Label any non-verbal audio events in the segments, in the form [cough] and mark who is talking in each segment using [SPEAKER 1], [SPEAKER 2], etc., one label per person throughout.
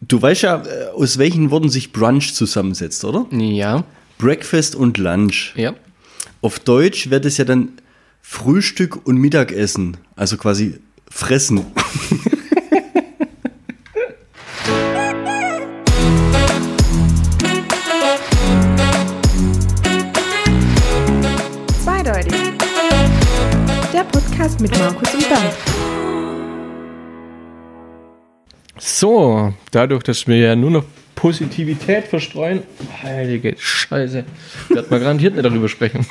[SPEAKER 1] Du weißt ja, äh, aus welchen Worten sich Brunch zusammensetzt, oder?
[SPEAKER 2] Ja.
[SPEAKER 1] Breakfast und Lunch.
[SPEAKER 2] Ja.
[SPEAKER 1] Auf Deutsch wäre das ja dann Frühstück und Mittagessen. Also quasi fressen.
[SPEAKER 3] Zweideutig. Der Podcast mit Markus und Dan.
[SPEAKER 2] So, dadurch, dass wir ja nur noch Positivität verstreuen, heilige Scheiße, wird man garantiert nicht darüber sprechen.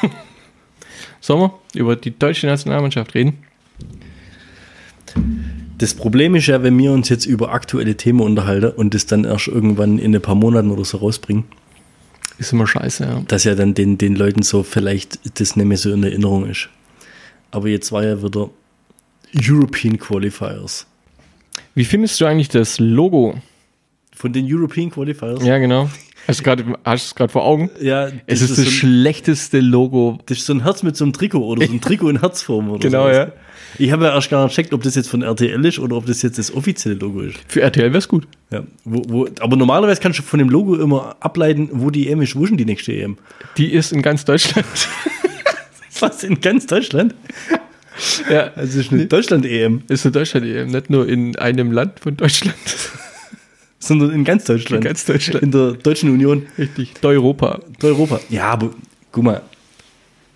[SPEAKER 2] [laughs] Sollen wir über die deutsche Nationalmannschaft reden?
[SPEAKER 1] Das Problem ist ja, wenn wir uns jetzt über aktuelle Themen unterhalten und das dann erst irgendwann in ein paar Monaten oder so rausbringen,
[SPEAKER 2] Ist immer scheiße, ja.
[SPEAKER 1] dass ja dann den, den Leuten so vielleicht das nicht mehr so in Erinnerung ist. Aber jetzt war ja wieder European Qualifiers.
[SPEAKER 2] Wie findest du eigentlich das Logo?
[SPEAKER 1] Von den European Qualifiers?
[SPEAKER 2] Ja, genau. Hast du gerade- hast du es gerade vor Augen?
[SPEAKER 1] Ja, das
[SPEAKER 2] Es ist,
[SPEAKER 1] so
[SPEAKER 2] das
[SPEAKER 1] ein,
[SPEAKER 2] schlechteste Logo.
[SPEAKER 1] das ist so ein Herz mit so einem Trikot oder so ein Trikot in Herzform oder
[SPEAKER 2] Genau,
[SPEAKER 1] sowas.
[SPEAKER 2] ja.
[SPEAKER 1] Ich habe ja erst gar nicht gecheckt, ob das jetzt von RTL ist oder ob das jetzt das offizielle Logo ist.
[SPEAKER 2] Für RTL wär's gut.
[SPEAKER 1] Ja, wo, wo, aber normalerweise kannst du von dem Logo immer ableiten, wo die EM ist, wo ist denn die nächste EM? [laughs]
[SPEAKER 2] Die ist in ganz Deutschland.
[SPEAKER 1] Was, in ganz Deutschland?
[SPEAKER 2] [laughs] ja,
[SPEAKER 1] Also es ist eine Deutschland-EM,
[SPEAKER 2] ist in Deutschland eben, nicht nur in einem Land von Deutschland.
[SPEAKER 1] sondern in ganz Deutschland.
[SPEAKER 2] In ganz Deutschland.
[SPEAKER 1] In der Deutschen Union,
[SPEAKER 2] Richtig, Europa.
[SPEAKER 1] Europa. Ja, aber guck mal,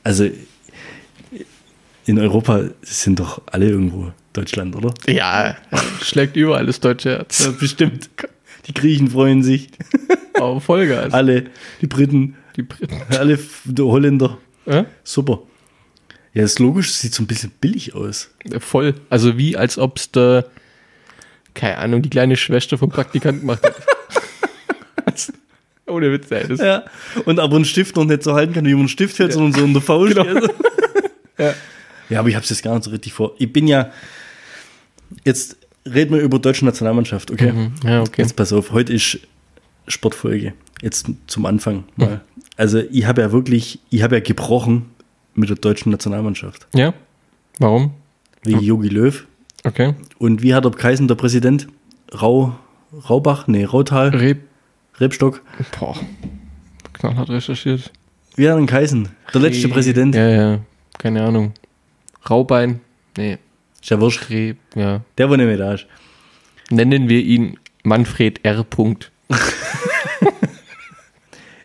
[SPEAKER 1] also in Europa sind doch alle irgendwo Deutschland, oder?
[SPEAKER 2] Ja, schlägt überall das deutsche Herz.
[SPEAKER 1] bestimmt. Die Griechen freuen sich,
[SPEAKER 2] Auf Vollgas.
[SPEAKER 1] alle, die Briten,
[SPEAKER 2] Die Briten.
[SPEAKER 1] alle F- die Holländer.
[SPEAKER 2] Ja?
[SPEAKER 1] Super. Ja, das Logisch sieht so ein bisschen billig aus.
[SPEAKER 2] Voll. Also wie als ob es der, keine Ahnung, die kleine Schwester vom Praktikanten gemacht hat. [laughs] Ohne Witz, ey. Das,
[SPEAKER 1] Ja, und aber einen Stift noch nicht so halten kann, wie man einen Stift hält, sondern so in der Faust. Genau. [laughs] ja. ja, aber ich habe es jetzt gar nicht so richtig vor. Ich bin ja. Jetzt reden wir über deutsche Nationalmannschaft, okay?
[SPEAKER 2] Mhm. Ja, okay.
[SPEAKER 1] Jetzt pass auf, heute ist Sportfolge. Jetzt zum Anfang mal. Also, ich habe ja wirklich, ich habe ja gebrochen mit der deutschen Nationalmannschaft.
[SPEAKER 2] Ja? Warum?
[SPEAKER 1] Wegen Jogi Löw.
[SPEAKER 2] Okay.
[SPEAKER 1] Und wie hat der Kaisen, der Präsident? Rau, Raubach? Nee, Rautal,
[SPEAKER 2] Reb.
[SPEAKER 1] Rebstock.
[SPEAKER 2] Boah. Knallhart recherchiert.
[SPEAKER 1] Wie hat der Kaisen? Der letzte Präsident.
[SPEAKER 2] Ja, ja. Keine Ahnung. Raubein. Nee.
[SPEAKER 1] Ist ja wurscht.
[SPEAKER 2] Reb. Ja.
[SPEAKER 1] Der, wo nicht mehr da ist.
[SPEAKER 2] Nennen wir ihn Manfred R. Punkt.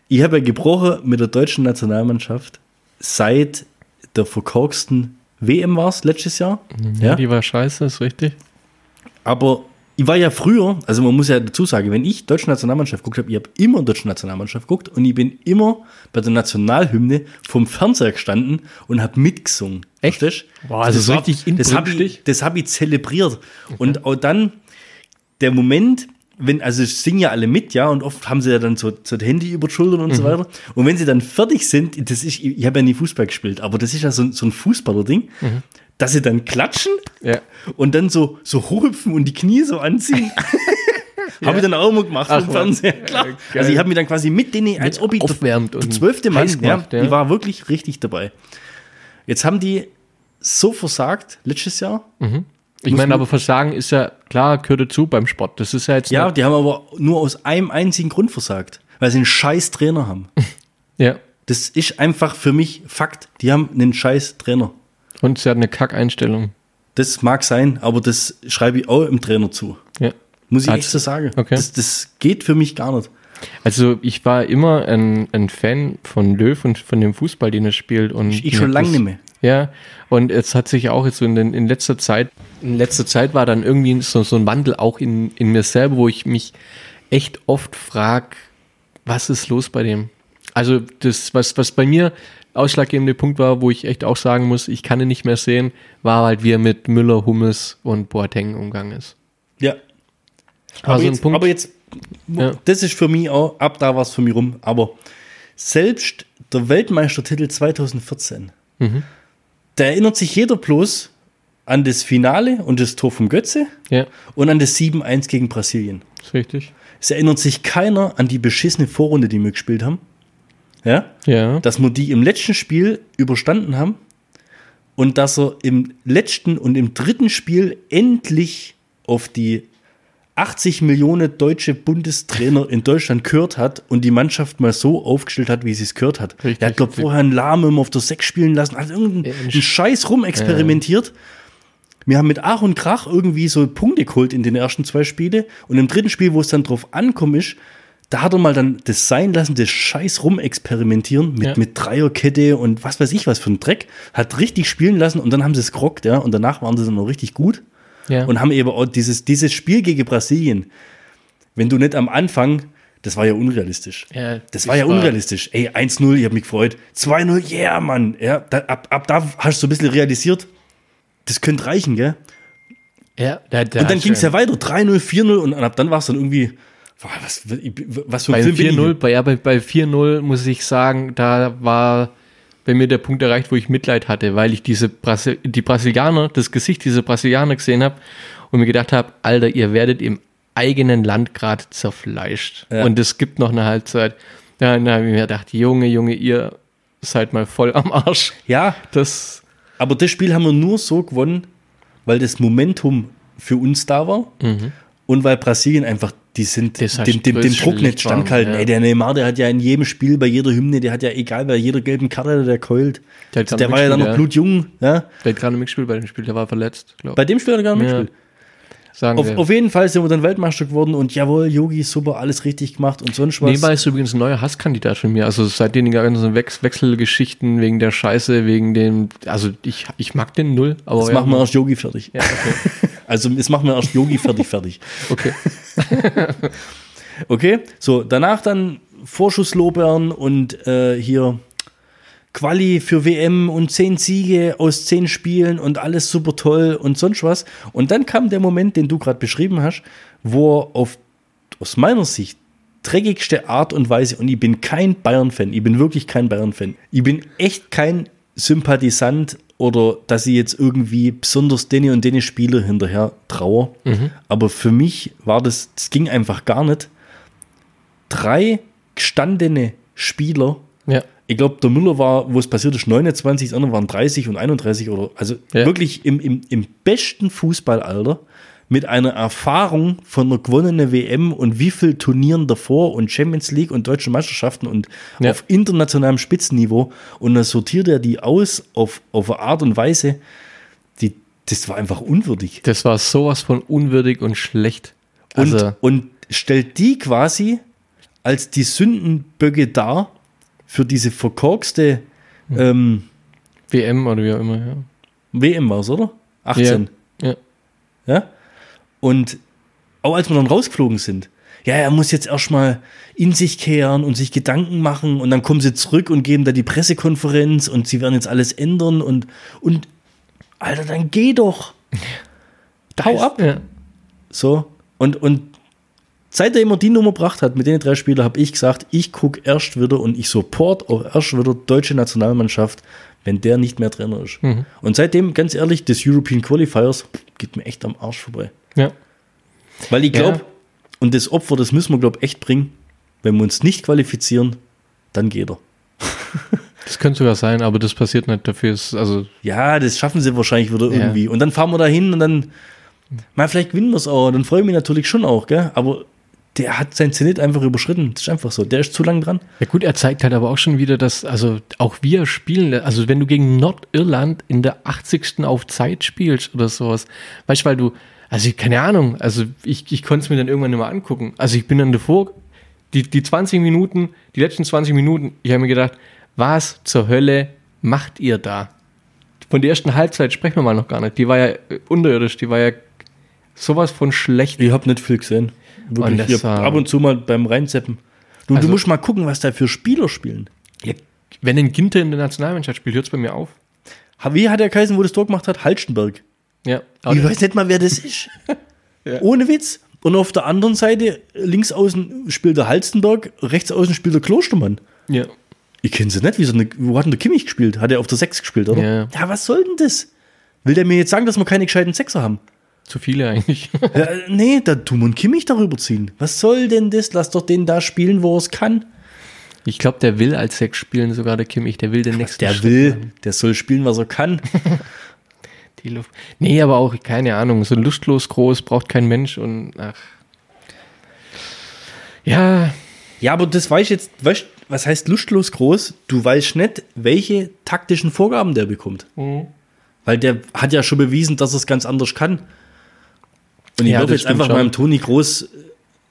[SPEAKER 1] Ich habe ja gebrochen mit der deutschen Nationalmannschaft seit der verkorksten WM war es letztes Jahr. Ja?
[SPEAKER 2] Die war scheiße, ist richtig.
[SPEAKER 1] Aber ich war ja früher, also man muss ja dazu sagen, wenn ich deutsche Nationalmannschaft geguckt habe, ich habe immer deutsche Nationalmannschaft geguckt und ich bin immer bei der Nationalhymne vom Fernseher gestanden und habe mitgesungen.
[SPEAKER 2] Echt?
[SPEAKER 1] Verstehst?
[SPEAKER 2] Boah, also so
[SPEAKER 1] war-
[SPEAKER 2] richtig
[SPEAKER 1] Das habe ich,
[SPEAKER 2] inbrünstig.
[SPEAKER 1] das hab ich zelebriert. Und auch dann der Moment, wenn, also es singen ja alle mit, ja, und oft haben sie ja dann so, so das Handy über die Schultern
[SPEAKER 2] Mhm.
[SPEAKER 1] und so weiter. Und wenn sie dann fertig sind, das ist, ich habe ja nie Fußball gespielt, aber das ist ja so, ein- so ein Fußballer-Ding, dass sie dann klatschen
[SPEAKER 2] Mhm. Ja.
[SPEAKER 1] und dann so, so hochhüpfen und die Knie so
[SPEAKER 2] [laughs]
[SPEAKER 1] anziehen. Habe ich dann auch immer gemacht
[SPEAKER 2] Ach,
[SPEAKER 1] vom
[SPEAKER 2] was.
[SPEAKER 1] Fernseher. Klar.
[SPEAKER 2] geil.
[SPEAKER 1] also ich habe mich dann quasi mit denen, als ob ich der-
[SPEAKER 2] aufwärmt
[SPEAKER 1] der
[SPEAKER 2] und
[SPEAKER 1] zwölfte Mann,
[SPEAKER 2] heiß
[SPEAKER 1] ja,
[SPEAKER 2] gemacht, ja.
[SPEAKER 1] ich war wirklich richtig dabei. Jetzt haben die so versagt letztes Jahr.
[SPEAKER 2] Mhm. Ich
[SPEAKER 1] Muss
[SPEAKER 2] meine,
[SPEAKER 1] man-
[SPEAKER 2] aber Versagen ist ja, klar, gehört dazu beim Sport. Das ist ja jetzt.
[SPEAKER 1] Ja,
[SPEAKER 2] nicht-
[SPEAKER 1] die haben aber nur aus einem einzigen Grund versagt, weil sie einen scheiß Trainer haben.
[SPEAKER 2] ja.
[SPEAKER 1] Das ist einfach für mich Fakt. Die haben einen scheiß Trainer.
[SPEAKER 2] Und sie hat eine Kackeinstellung.
[SPEAKER 1] Das mag sein, aber das schreibe ich auch im Trainer zu.
[SPEAKER 2] Ja.
[SPEAKER 1] Muss ich
[SPEAKER 2] Hat-
[SPEAKER 1] echt so sagen.
[SPEAKER 2] Okay.
[SPEAKER 1] Das, das geht für mich gar nicht.
[SPEAKER 2] Also, ich war immer ein, ein Fan von Löw und von dem Fußball, den er spielt. Und
[SPEAKER 1] Ich schon
[SPEAKER 2] ja,
[SPEAKER 1] lange
[SPEAKER 2] das-
[SPEAKER 1] nicht mehr.
[SPEAKER 2] Ja, und es hat sich auch jetzt so in, den, in letzter Zeit, in letzter Zeit war dann irgendwie so, so ein Wandel auch in, in mir selber, wo ich mich echt oft frage, was ist los bei dem? Also das, was, was bei mir ausschlaggebende Punkt war, wo ich echt auch sagen muss, ich kann ihn nicht mehr sehen, war halt, wie er mit Müller, Hummels und Boateng umgegangen ist.
[SPEAKER 1] Ja.
[SPEAKER 2] War
[SPEAKER 1] aber,
[SPEAKER 2] so Also ein
[SPEAKER 1] jetzt,
[SPEAKER 2] Punkt.
[SPEAKER 1] aber jetzt,
[SPEAKER 2] Ja.
[SPEAKER 1] das ist für mich auch, ab da war es für mich rum. Aber selbst der Weltmeistertitel 2014,
[SPEAKER 2] Mhm.
[SPEAKER 1] da erinnert sich jeder bloß an das Finale und das Tor vom Götze
[SPEAKER 2] Ja,
[SPEAKER 1] und an das 7-1 gegen Brasilien.
[SPEAKER 2] ist richtig.
[SPEAKER 1] Es erinnert sich keiner an die beschissene Vorrunde, die wir gespielt haben. Ja?
[SPEAKER 2] Ja,
[SPEAKER 1] Dass wir die im letzten Spiel überstanden haben und dass er im letzten und im dritten Spiel endlich auf die 80 Millionen deutsche Bundestrainer in Deutschland gehört hat und die Mannschaft mal so aufgestellt hat, wie sie es gehört hat.
[SPEAKER 2] Richtig,
[SPEAKER 1] er hat, glaube
[SPEAKER 2] richtig.
[SPEAKER 1] vorher einen Lahm immer auf der 6 spielen lassen, hat irgendeinen einen Scheiß rumexperimentiert. Wir haben mit Ach und Krach irgendwie so Punkte geholt in den ersten zwei Spiele und im dritten Spiel, wo es dann drauf ankommt, ist, da hat er mal dann das sein lassen, das Scheiß rumexperimentieren mit,
[SPEAKER 2] Ja.
[SPEAKER 1] mit Dreierkette und was weiß ich was für ein Dreck. Hat richtig spielen lassen und dann haben sie es gerockt, ja, und danach waren sie dann noch richtig gut
[SPEAKER 2] Ja.
[SPEAKER 1] und haben eben auch dieses, dieses Spiel gegen Brasilien, wenn du nicht am Anfang, das war ja unrealistisch.
[SPEAKER 2] Ja,
[SPEAKER 1] das
[SPEAKER 2] ich
[SPEAKER 1] war ja
[SPEAKER 2] war-
[SPEAKER 1] unrealistisch. Ey, 1-0, ich habe mich gefreut. 2-0, yeah, Mann. Ja, da, ab, ab da hast du so ein bisschen realisiert, das könnte reichen, gell?
[SPEAKER 2] ja, da, da
[SPEAKER 1] Und dann
[SPEAKER 2] hast
[SPEAKER 1] ging es
[SPEAKER 2] du-
[SPEAKER 1] ja weiter, 3-0, 4-0 und ab dann war es dann irgendwie, boah, was, was für
[SPEAKER 2] Bei
[SPEAKER 1] ein Film bin ich
[SPEAKER 2] 4-0, bei, ja, bei, bei 4-0 muss ich sagen, da war bei mir der Punkt erreicht, wo ich Mitleid hatte, weil ich diese Brasil die Brasilianer, das Gesicht dieser Brasilianer gesehen habe und mir gedacht habe, Alter, ihr werdet im eigenen Land gerade zerfleischt.
[SPEAKER 1] Ja.
[SPEAKER 2] Und es gibt noch eine Halbzeit. Da, da habe ich mir gedacht, Junge, Junge, ihr seid mal voll am Arsch.
[SPEAKER 1] Ja,
[SPEAKER 2] Das,
[SPEAKER 1] aber das Spiel haben wir nur so gewonnen, weil das Momentum für uns da war und weil Brasilien einfach, die sind
[SPEAKER 2] Mhm. Das heißt,
[SPEAKER 1] dem, dem, dem Druck nicht
[SPEAKER 2] Licht waren,
[SPEAKER 1] standgehalten.
[SPEAKER 2] ja.
[SPEAKER 1] Ey, der Neymar, der hat ja in jedem Spiel, bei jeder Hymne, der hat ja, egal bei jeder gelben Karte, der keult.
[SPEAKER 2] Der
[SPEAKER 1] Der,
[SPEAKER 2] hat gar nicht
[SPEAKER 1] war ja dann noch
[SPEAKER 2] mitgespielt,
[SPEAKER 1] blutjung. Ja?
[SPEAKER 2] der hat gerade mitgespielt bei dem Spiel, der war verletzt, glaube
[SPEAKER 1] Bei dem Spiel hat er gar nicht
[SPEAKER 2] Ja,
[SPEAKER 1] mitgespielt.
[SPEAKER 2] ich. Sagen
[SPEAKER 1] Auf,
[SPEAKER 2] wir.
[SPEAKER 1] auf jeden Fall sind wir dann Weltmeister geworden und jawohl, Yogi, super, alles richtig gemacht und sonst was.
[SPEAKER 2] Neymar ist übrigens ein neuer Hasskandidat von mir. Also seit den ganzen Wex Wechselgeschichten wegen der Scheiße, wegen dem, also ich, ich mag den null, aber
[SPEAKER 1] das
[SPEAKER 2] Oh ja,
[SPEAKER 1] machen wir erst Yogi fertig. [laughs] also, das machen wir erst Yogi fertig, fertig. [laughs]
[SPEAKER 2] okay.
[SPEAKER 1] Okay, so danach dann Vorschusslobern und äh, hier Quali für WM und 10 Siege aus 10 Spielen und alles super toll und sonst was. Und dann kam der Moment, den du gerade beschrieben hast, wo er auf, aus meiner Sicht dreckigste Art und Weise, und ich bin kein Bayern-Fan, ich bin wirklich kein Bayern-Fan, ich bin echt kein Sympathisant oder dass ich jetzt irgendwie besonders denen und denen Spieler hinterher traue. Aber für mich war das, das ging einfach gar nicht. Drei gestandene Spieler
[SPEAKER 2] Ja.
[SPEAKER 1] ich glaube, der Müller war, wo es passiert ist, 29, das andere waren 30 und 31 oder also
[SPEAKER 2] Ja.
[SPEAKER 1] wirklich im, im, im besten Fußballalter mit einer Erfahrung von einer gewonnenen WM und wie viel Turnieren davor und Champions League und deutschen Meisterschaften und
[SPEAKER 2] Ja.
[SPEAKER 1] auf internationalem Spitzenniveau und dann sortiert er die aus auf, auf eine Art und Weise, die das war einfach unwürdig.
[SPEAKER 2] Das war sowas von unwürdig und schlecht.
[SPEAKER 1] Und,
[SPEAKER 2] Also,
[SPEAKER 1] und stellt die quasi als die Sündenböcke dar für diese verkorkste
[SPEAKER 2] Hm.
[SPEAKER 1] ähm,
[SPEAKER 2] WM oder wie auch immer, ja.
[SPEAKER 1] WM war es, oder? 18.
[SPEAKER 2] Ja. ja.
[SPEAKER 1] Ja. Und auch als wir dann rausgeflogen sind, ja, er muss jetzt erstmal in sich kehren und sich Gedanken machen und dann kommen sie zurück und geben da die Pressekonferenz und sie werden jetzt alles ändern und, und Alter, dann geh doch. Hau ab.
[SPEAKER 2] Ja.
[SPEAKER 1] So. Und, und seitdem er die Nummer gebracht hat mit den drei Spielern, habe ich gesagt, ich gucke erst wieder und ich support auch erst wieder deutsche Nationalmannschaft, wenn der nicht mehr Trainer ist. Und seitdem, ganz ehrlich, des European Qualifiers pff, geht mir echt am Arsch vorbei.
[SPEAKER 2] ja.
[SPEAKER 1] Weil ich glaube,
[SPEAKER 2] Ja.
[SPEAKER 1] und das Opfer, das müssen wir, glaube ich, echt bringen. Wenn wir uns nicht qualifizieren, dann geht er.
[SPEAKER 2] Das könnte sogar sein, aber das passiert nicht. Dafür ist, also,
[SPEAKER 1] Ja, das schaffen sie wahrscheinlich wieder
[SPEAKER 2] Ja.
[SPEAKER 1] irgendwie. Und dann fahren wir da hin und dann, mal, vielleicht gewinnen wir es auch. Dann freue ich mich natürlich schon auch, gell? Aber der hat sein Zenit einfach überschritten. Das ist einfach so. Der ist zu lang dran.
[SPEAKER 2] Ja gut, er zeigt halt aber auch schon wieder, dass also auch wir spielen, also wenn du gegen Nordirland in der 80. auf Zeit spielst oder sowas, weißt du, weil du, also ich, keine Ahnung, also ich, ich konnte es mir dann irgendwann immer angucken. Also ich bin dann davor, die, die 20 Minuten, die letzten 20 Minuten, ich habe mir gedacht, was zur Hölle macht ihr da? Von der ersten Halbzeit sprechen wir mal noch gar nicht. Die war ja äh, unterirdisch, die war ja sowas von schlecht.
[SPEAKER 1] Ich habe nicht viel gesehen.
[SPEAKER 2] Und
[SPEAKER 1] Wirklich.
[SPEAKER 2] das
[SPEAKER 1] Ich hab
[SPEAKER 2] war-
[SPEAKER 1] ab und zu mal beim Reinzeppen. Du,
[SPEAKER 2] Also-
[SPEAKER 1] du musst mal gucken, was da für Spieler spielen.
[SPEAKER 2] Wenn ein Ginter in der Nationalmannschaft spielt, hört es bei mir auf.
[SPEAKER 1] Wie hat der Kaisen, wo das Tor gemacht hat? Halstenberg.
[SPEAKER 2] Ja,
[SPEAKER 1] Ich weiß nicht mal, wer das ist.
[SPEAKER 2] [laughs] Ja.
[SPEAKER 1] Ohne Witz. Und auf der anderen Seite, links außen spielt der Halstenberg, rechts außen spielt der Klostermann.
[SPEAKER 2] ja.
[SPEAKER 1] Ich kenne sie nicht. Wieso ne, wo hat denn der Kimmich gespielt? Hat er auf der 6 gespielt, oder?
[SPEAKER 2] Ja, ja.
[SPEAKER 1] was soll denn das? Will der mir jetzt sagen, dass wir keine gescheiten Sechser haben?
[SPEAKER 2] Zu viele eigentlich. [laughs]
[SPEAKER 1] ja, nee, da tun wir einen Kimmich darüber ziehen. Was soll denn das? Lass doch den da spielen, wo er es kann.
[SPEAKER 2] Ich glaube, der will als Sex spielen sogar, der Kimmich. Der will den nächsten
[SPEAKER 1] Der
[SPEAKER 2] Schritt machen.
[SPEAKER 1] will, der soll spielen, was er kann.
[SPEAKER 2] Die Luft. Nee, aber auch, keine Ahnung, so lustlos groß braucht kein Mensch und ach, Ja,
[SPEAKER 1] Ja, aber das weiß ich jetzt, weißt, was heißt lustlos groß? Du weißt nicht, welche taktischen Vorgaben der bekommt.
[SPEAKER 2] Mhm.
[SPEAKER 1] Weil der hat ja schon bewiesen, dass er es ganz anders kann. Und ich
[SPEAKER 2] Ja,
[SPEAKER 1] werfe jetzt
[SPEAKER 2] das stimmt
[SPEAKER 1] einfach
[SPEAKER 2] schon.
[SPEAKER 1] mal dem Toni Groß,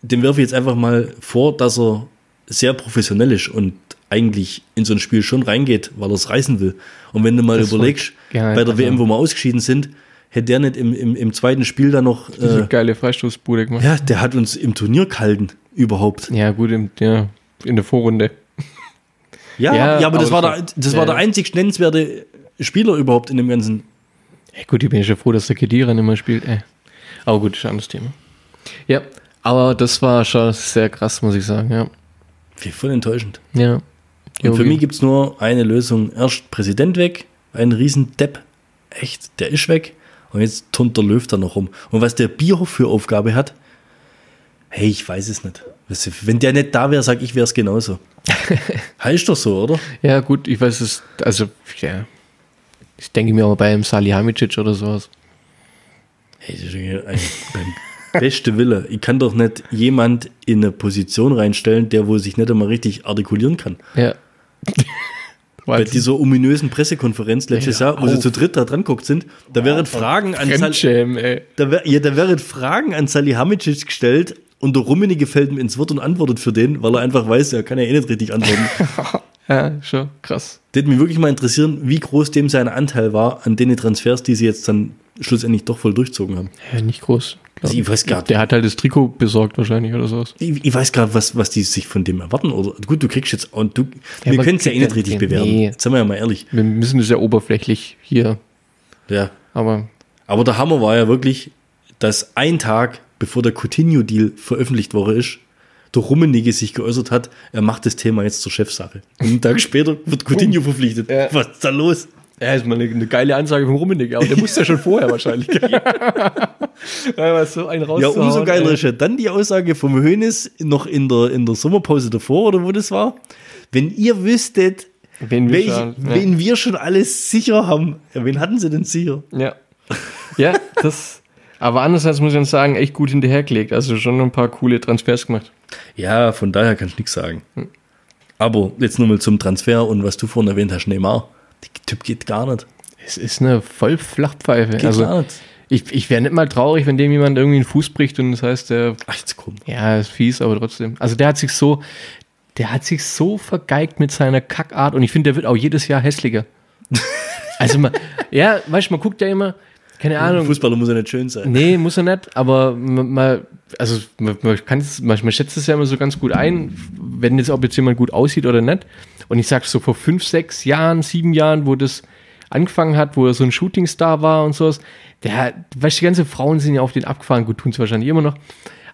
[SPEAKER 1] dem werfe ich jetzt einfach mal vor, dass er sehr professionell ist und eigentlich in so ein Spiel schon reingeht, weil er es reißen will. Und wenn du mal
[SPEAKER 2] Das
[SPEAKER 1] überlegst,
[SPEAKER 2] wollte- ja,
[SPEAKER 1] bei der
[SPEAKER 2] genau.
[SPEAKER 1] WM, wo wir ausgeschieden sind, hätte der nicht im, im, im zweiten Spiel dann noch,
[SPEAKER 2] diese
[SPEAKER 1] äh,
[SPEAKER 2] geile Freistoßbude gemacht.
[SPEAKER 1] ja, der hat uns im Turnier gehalten, überhaupt.
[SPEAKER 2] Ja, gut, im, ja, in der Vorrunde.
[SPEAKER 1] Ja,
[SPEAKER 2] Ja,
[SPEAKER 1] ja, aber das
[SPEAKER 2] aber
[SPEAKER 1] war, der,
[SPEAKER 2] das-
[SPEAKER 1] das
[SPEAKER 2] ja,
[SPEAKER 1] war der
[SPEAKER 2] ja.
[SPEAKER 1] einzig nennenswerte Spieler überhaupt in dem Ganzen.
[SPEAKER 2] Ja, gut, ich bin ja schon froh, dass der Kedira nicht mehr spielt. Ey. Aber gut, ist ein anderes Thema. Ja, aber das war schon sehr krass, muss ich sagen. Ja,
[SPEAKER 1] Wie voll enttäuschend.
[SPEAKER 2] ja.
[SPEAKER 1] Und
[SPEAKER 2] Ja,
[SPEAKER 1] für
[SPEAKER 2] okay.
[SPEAKER 1] mich gibt es nur eine Lösung. Erst Präsident weg, ein Riesendepp. Echt, der ist weg. Und jetzt turnt der Löw da noch rum. Und was der Bierhoff für Aufgabe hat, hey, ich weiß es nicht. Weißt du, Wenn der nicht da wäre, sag ich, wäre es [laughs] genauso. heißt doch so, oder?
[SPEAKER 2] ja, gut, ich weiß es. Also, ja. Ich denke mir aber bei einem Salihamidzic oder sowas.
[SPEAKER 1] Hey, das ist ja ein, beim [laughs] beste Wille. Ich kann doch nicht jemand in eine Position reinstellen, der wohl sich nicht einmal richtig artikulieren kann.
[SPEAKER 2] [laughs] Ja.
[SPEAKER 1] Bei
[SPEAKER 2] Weil
[SPEAKER 1] dieser ominösen Pressekonferenz letztes Jahr, wo sie zu dritt da dran guckt sind, da wären Fragen an Sal
[SPEAKER 2] Fremdschämen, ey.
[SPEAKER 1] da, wär, ja, da wären Fragen an Salihamidzic gestellt und der Rummenigge fällt ihm ins Wort und antwortet für den, weil er einfach weiß, er kann ja eh nicht richtig antworten.
[SPEAKER 2] [laughs] Ja, schon krass.
[SPEAKER 1] das würde mich wirklich mal interessieren, wie groß dem sein Anteil war an den Transfers, die sie jetzt dann schlussendlich doch voll durchzogen haben.
[SPEAKER 2] Ja, nicht groß. glaub
[SPEAKER 1] Also ich weiß gar nicht.
[SPEAKER 2] Der hat halt das Trikot besorgt wahrscheinlich oder sowas.
[SPEAKER 1] Ich, ich weiß gar nicht, was, was die sich von dem erwarten. Oder gut, du kriegst jetzt und du.
[SPEAKER 2] Ja,
[SPEAKER 1] wir
[SPEAKER 2] man
[SPEAKER 1] können es ja eh
[SPEAKER 2] kriegt
[SPEAKER 1] nicht
[SPEAKER 2] ja-
[SPEAKER 1] richtig
[SPEAKER 2] ja,
[SPEAKER 1] bewerten.
[SPEAKER 2] nee.
[SPEAKER 1] Jetzt sind wir ja mal ehrlich.
[SPEAKER 2] Wir müssen das ja oberflächlich hier,
[SPEAKER 1] Ja.
[SPEAKER 2] aber
[SPEAKER 1] Aber der Hammer war ja wirklich, dass ein Tag bevor der Coutinho-Deal veröffentlicht worden ist, der Rummenigge sich geäußert hat, er macht das Thema jetzt zur Chefsache. Und einen Tag später wird Coutinho verpflichtet.
[SPEAKER 2] Ja.
[SPEAKER 1] Was ist da los?
[SPEAKER 2] Ja, ist mal eine, eine geile Ansage vom Rummenigge, aber der wusste ja schon vorher [laughs] wahrscheinlich. ja, so einen
[SPEAKER 1] Ja, umso geiler ist ja dann die Aussage vom Hönes noch in der, in der Sommerpause davor oder wo das war. Wenn ihr wüsstet,
[SPEAKER 2] Wen wir
[SPEAKER 1] welch,
[SPEAKER 2] schon- ja.
[SPEAKER 1] wen wir schon alles sicher haben. Ja, wen hatten sie denn sicher?
[SPEAKER 2] Ja. ja, das. Aber andererseits muss ich uns sagen, echt gut hinterhergelegt. Also schon ein paar coole Transfers gemacht.
[SPEAKER 1] Ja, von daher kann ich nichts sagen.
[SPEAKER 2] Hm.
[SPEAKER 1] Aber jetzt nochmal zum Transfer und was du vorhin erwähnt hast, Neymar. Der Typ geht gar nicht.
[SPEAKER 2] Es ist eine voll Flachpfeife.
[SPEAKER 1] Geht
[SPEAKER 2] also
[SPEAKER 1] gar nicht.
[SPEAKER 2] ich, ich wäre nicht mal traurig, wenn dem jemand irgendwie einen Fuß bricht und das heißt, der
[SPEAKER 1] Ach, jetzt komm.
[SPEAKER 2] Ja, ist fies, aber trotzdem. Also der hat sich so, der hat sich so vergeigt mit seiner Kackart und ich finde, der wird auch jedes Jahr hässlicher. also man, ja, weißt du, man guckt ja immer, keine
[SPEAKER 1] Ein
[SPEAKER 2] Ahnung.
[SPEAKER 1] Fußballer muss ja nicht schön sein.
[SPEAKER 2] Nee, muss er nicht, aber man, man also man, man, kann's, man, man schätzt es ja immer so ganz gut ein, wenn jetzt ob jetzt jemand gut aussieht oder nicht. Und ich sag's so vor fünf, sechs Jahren, sieben Jahren, wo das angefangen hat, wo er so ein Shootingstar war und sowas, der hat, weißt du, die ganzen Frauen sind ja auf den abgefahren, gut tun's wahrscheinlich immer noch.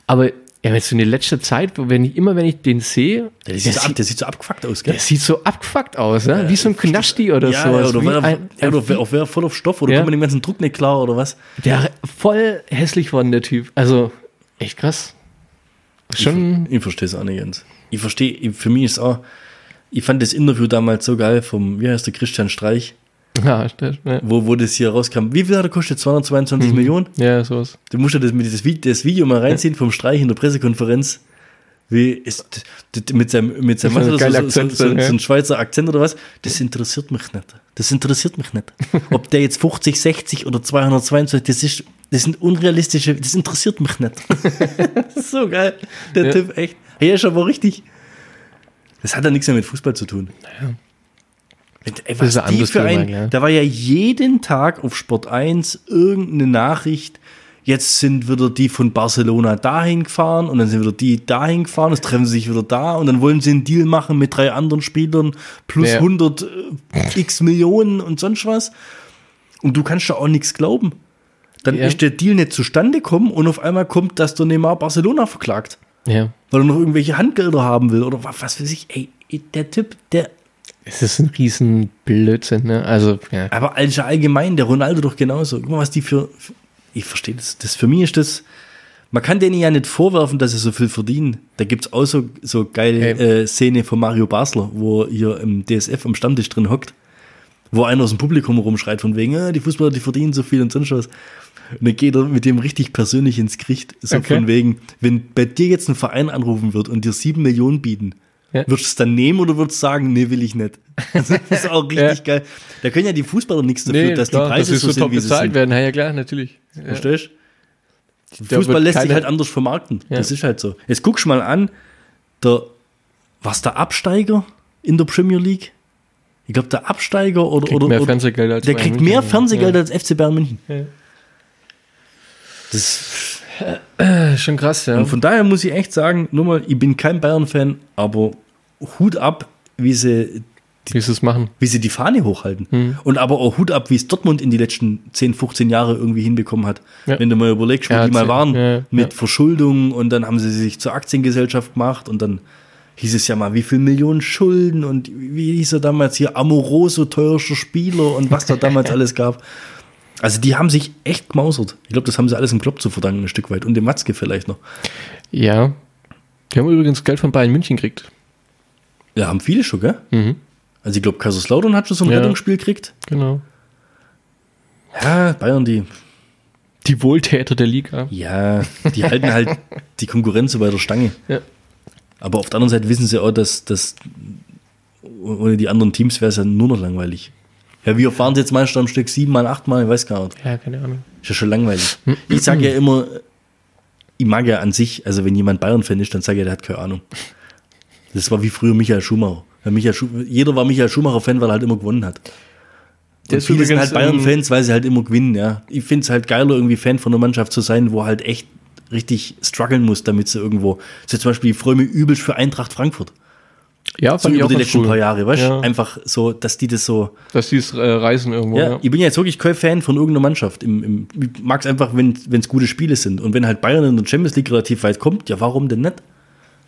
[SPEAKER 2] Aber ja, jetzt in der letzten Zeit, wenn ich immer wenn ich den sehe,
[SPEAKER 1] Der
[SPEAKER 2] der,
[SPEAKER 1] sieht, so ab,
[SPEAKER 2] sieht,
[SPEAKER 1] der sieht so abgefuckt aus, gell?
[SPEAKER 2] der sieht so abgefuckt aus, ne? wie so ein Knasti oder
[SPEAKER 1] ja,
[SPEAKER 2] sowas.
[SPEAKER 1] oder
[SPEAKER 2] wie
[SPEAKER 1] war er,
[SPEAKER 2] ein-
[SPEAKER 1] ja, oder wär- auch wäre voll auf Stoff oder
[SPEAKER 2] Ja.
[SPEAKER 1] kommt man dem ganzen Druck nicht klar oder was?
[SPEAKER 2] Der voll hässlich worden, der Typ. Also, echt krass. Schon.
[SPEAKER 1] Ich verstehe es auch nicht ganz. Ich verstehe, für mich ist auch, ich fand das Interview damals so geil vom, wie heißt der, Christian Streich,
[SPEAKER 2] Ja, das, ja.
[SPEAKER 1] wo, wo das hier rauskam. Wie viel hat er kostet? 222
[SPEAKER 2] Mhm.
[SPEAKER 1] Millionen?
[SPEAKER 2] ja, sowas.
[SPEAKER 1] Du musst ja das, mit- das, Vi- das Video mal reinziehen vom Streich in der Pressekonferenz. Wie ist d- d- mit seinem, mit seinem
[SPEAKER 2] Das ist
[SPEAKER 1] was
[SPEAKER 2] ein
[SPEAKER 1] hat
[SPEAKER 2] geiler
[SPEAKER 1] er so, so,
[SPEAKER 2] Akzent,
[SPEAKER 1] so, so
[SPEAKER 2] ja.
[SPEAKER 1] ein Schweizer Akzent oder was? Das interessiert mich nicht. Das interessiert mich nicht. Ob der jetzt 50, 60 oder 222, das ist, das sind unrealistische, das interessiert mich nicht. [laughs] das ist so geil. Der
[SPEAKER 2] Ja.
[SPEAKER 1] Typ, echt. Hey, ist aber richtig. Das hat ja nichts mehr mit Fußball zu tun. Mit, ey, was
[SPEAKER 2] ist ein
[SPEAKER 1] die
[SPEAKER 2] anderes
[SPEAKER 1] für
[SPEAKER 2] Thema,
[SPEAKER 1] ein,
[SPEAKER 2] ja.
[SPEAKER 1] Da war ja jeden Tag auf Sport 1 irgendeine Nachricht. Jetzt sind wieder die von Barcelona dahin gefahren und dann sind wieder die dahin gefahren. Jetzt treffen sie sich wieder da und dann wollen sie einen Deal machen mit drei anderen Spielern plus
[SPEAKER 2] Ja.
[SPEAKER 1] 100 äh, x Millionen und sonst was. Und du kannst ja auch nichts glauben. Dann
[SPEAKER 2] Ja.
[SPEAKER 1] ist der Deal nicht zustande gekommen und auf einmal kommt, dass der Neymar Barcelona verklagt
[SPEAKER 2] Ja.
[SPEAKER 1] weil er noch irgendwelche Handgelder haben will oder was, was weiß ich. Ey, der Typ, der.
[SPEAKER 2] Es ist ein riesen Blödsinn, ne? Also, ja.
[SPEAKER 1] Aber all- allgemein, der Ronaldo doch genauso. Guck mal, was die für. für- Ich verstehe das. das. Für mich ist das. Man kann denen ja nicht vorwerfen, dass sie so viel verdienen. Da gibt es auch so, so geile
[SPEAKER 2] Ey.
[SPEAKER 1] äh, Szene von Mario Basler, wo er hier im DSF am Stammtisch drin hockt. wo einer aus dem Publikum rumschreit von wegen, äh, die Fußballer, die verdienen so viel und sonst was. Und dann geht er mit dem richtig persönlich ins Gericht. So
[SPEAKER 2] Okay.
[SPEAKER 1] von wegen, wenn bei dir jetzt ein Verein anrufen wird und dir sieben Millionen bieten,
[SPEAKER 2] Ja.
[SPEAKER 1] würdest du es dann nehmen oder würdest du sagen, nee, will ich
[SPEAKER 2] [laughs]
[SPEAKER 1] nicht? Das ist auch richtig geil. Da können ja die Fußballer nichts dafür, dass die Preise
[SPEAKER 2] dass sie
[SPEAKER 1] so
[SPEAKER 2] so
[SPEAKER 1] sind,
[SPEAKER 2] top
[SPEAKER 1] wie sie sind.
[SPEAKER 2] bezahlt werden. Ja, ja, klar, natürlich. Ja.
[SPEAKER 1] Verstehst
[SPEAKER 2] Da
[SPEAKER 1] du? Fußball
[SPEAKER 2] wird
[SPEAKER 1] lässt sich
[SPEAKER 2] keine-
[SPEAKER 1] halt anders vermarkten.
[SPEAKER 2] Ja.
[SPEAKER 1] Das ist halt so. Jetzt guckst du mal an, der, was der Absteiger in der Premier League? Ich glaube, der Absteiger oder,
[SPEAKER 2] Kriegt
[SPEAKER 1] oder,
[SPEAKER 2] mehr
[SPEAKER 1] oder
[SPEAKER 2] Fernsehgeld als
[SPEAKER 1] der
[SPEAKER 2] Bayern
[SPEAKER 1] kriegt
[SPEAKER 2] München. ne?
[SPEAKER 1] mehr Fernsehgeld als FC Bayern München.
[SPEAKER 2] Ja.
[SPEAKER 1] Das,
[SPEAKER 2] Ja, schon krass, ja.
[SPEAKER 1] und von daher muss ich echt sagen, nur mal, ich bin kein Bayern-Fan, aber Hut ab, wie sie,
[SPEAKER 2] Wie sie es machen.
[SPEAKER 1] wie sie die Fahne hochhalten.
[SPEAKER 2] Hm.
[SPEAKER 1] Und aber auch Hut ab, wie es Dortmund in die letzten 10, 15 Jahre irgendwie hinbekommen hat.
[SPEAKER 2] Ja.
[SPEAKER 1] Wenn du mal überlegst, wo
[SPEAKER 2] Ja,
[SPEAKER 1] die mal
[SPEAKER 2] zehn,
[SPEAKER 1] waren,
[SPEAKER 2] ja,
[SPEAKER 1] mit
[SPEAKER 2] ja.
[SPEAKER 1] Verschuldung und dann haben sie sich zur Aktiengesellschaft gemacht und dann hieß es ja mal, wie viel Millionen Schulden und wie hieß er damals hier, Amoroso, teuerster Spieler und
[SPEAKER 2] [laughs]
[SPEAKER 1] was da damals alles gab. Also die haben sich echt gemausert. Ich glaube, das haben sie alles im Klopp zu verdanken, ein Stück weit. Und dem Matzke vielleicht noch.
[SPEAKER 2] Ja. Die haben übrigens Geld von Bayern München gekriegt.
[SPEAKER 1] Ja, haben viele schon, gell? Also ich glaube, Kaiserslautern hat schon so ein
[SPEAKER 2] Mhm. Ja.
[SPEAKER 1] Rettungsspiel gekriegt.
[SPEAKER 2] Genau.
[SPEAKER 1] Ja, Bayern, die
[SPEAKER 2] Die Wohltäter der Liga.
[SPEAKER 1] Ja, die halten halt die Konkurrenz so bei der Stange.
[SPEAKER 2] Ja.
[SPEAKER 1] Aber auf der anderen Seite wissen sie auch, dass, dass ohne die anderen Teams wäre es ja nur noch langweilig. Ja, wir fahren jetzt Meister am Stück siebenmal, achtmal, ich weiß gar nicht.
[SPEAKER 2] Ja, keine Ahnung.
[SPEAKER 1] Ist ja schon langweilig. Ich sage ja immer, ich mag ja an sich, also wenn jemand Bayern-Fan ist, dann sage ich, ja, der hat keine Ahnung. Das war wie früher Michael Schumacher. Weil Michael Schu Jeder war Michael Schumacher-Fan, weil er halt immer gewonnen hat.
[SPEAKER 2] Der
[SPEAKER 1] Und
[SPEAKER 2] ist
[SPEAKER 1] viele sind
[SPEAKER 2] übrigens,
[SPEAKER 1] halt Bayern-Fans, weil sie halt immer gewinnen, ja. Ich finde es halt geiler, irgendwie Fan von einer Mannschaft zu sein, wo halt echt richtig strugglen muss, damit sie irgendwo. So zum Beispiel, ich freue mich übelst für Eintracht Frankfurt.
[SPEAKER 2] Ja,
[SPEAKER 1] So
[SPEAKER 2] fand ich
[SPEAKER 1] über
[SPEAKER 2] auch
[SPEAKER 1] die
[SPEAKER 2] ganz
[SPEAKER 1] letzten
[SPEAKER 2] cool.
[SPEAKER 1] paar Jahre, weißt du?
[SPEAKER 2] Ja.
[SPEAKER 1] Einfach so, dass die das so.
[SPEAKER 2] Dass die es äh, reißen irgendwo.
[SPEAKER 1] Ja,
[SPEAKER 2] Ja.
[SPEAKER 1] ich bin ja jetzt wirklich kein Fan von irgendeiner Mannschaft. Im, im, ich mag es einfach, wenn es gute Spiele sind. Und wenn halt Bayern in der Champions League relativ weit kommt, ja, warum denn nicht?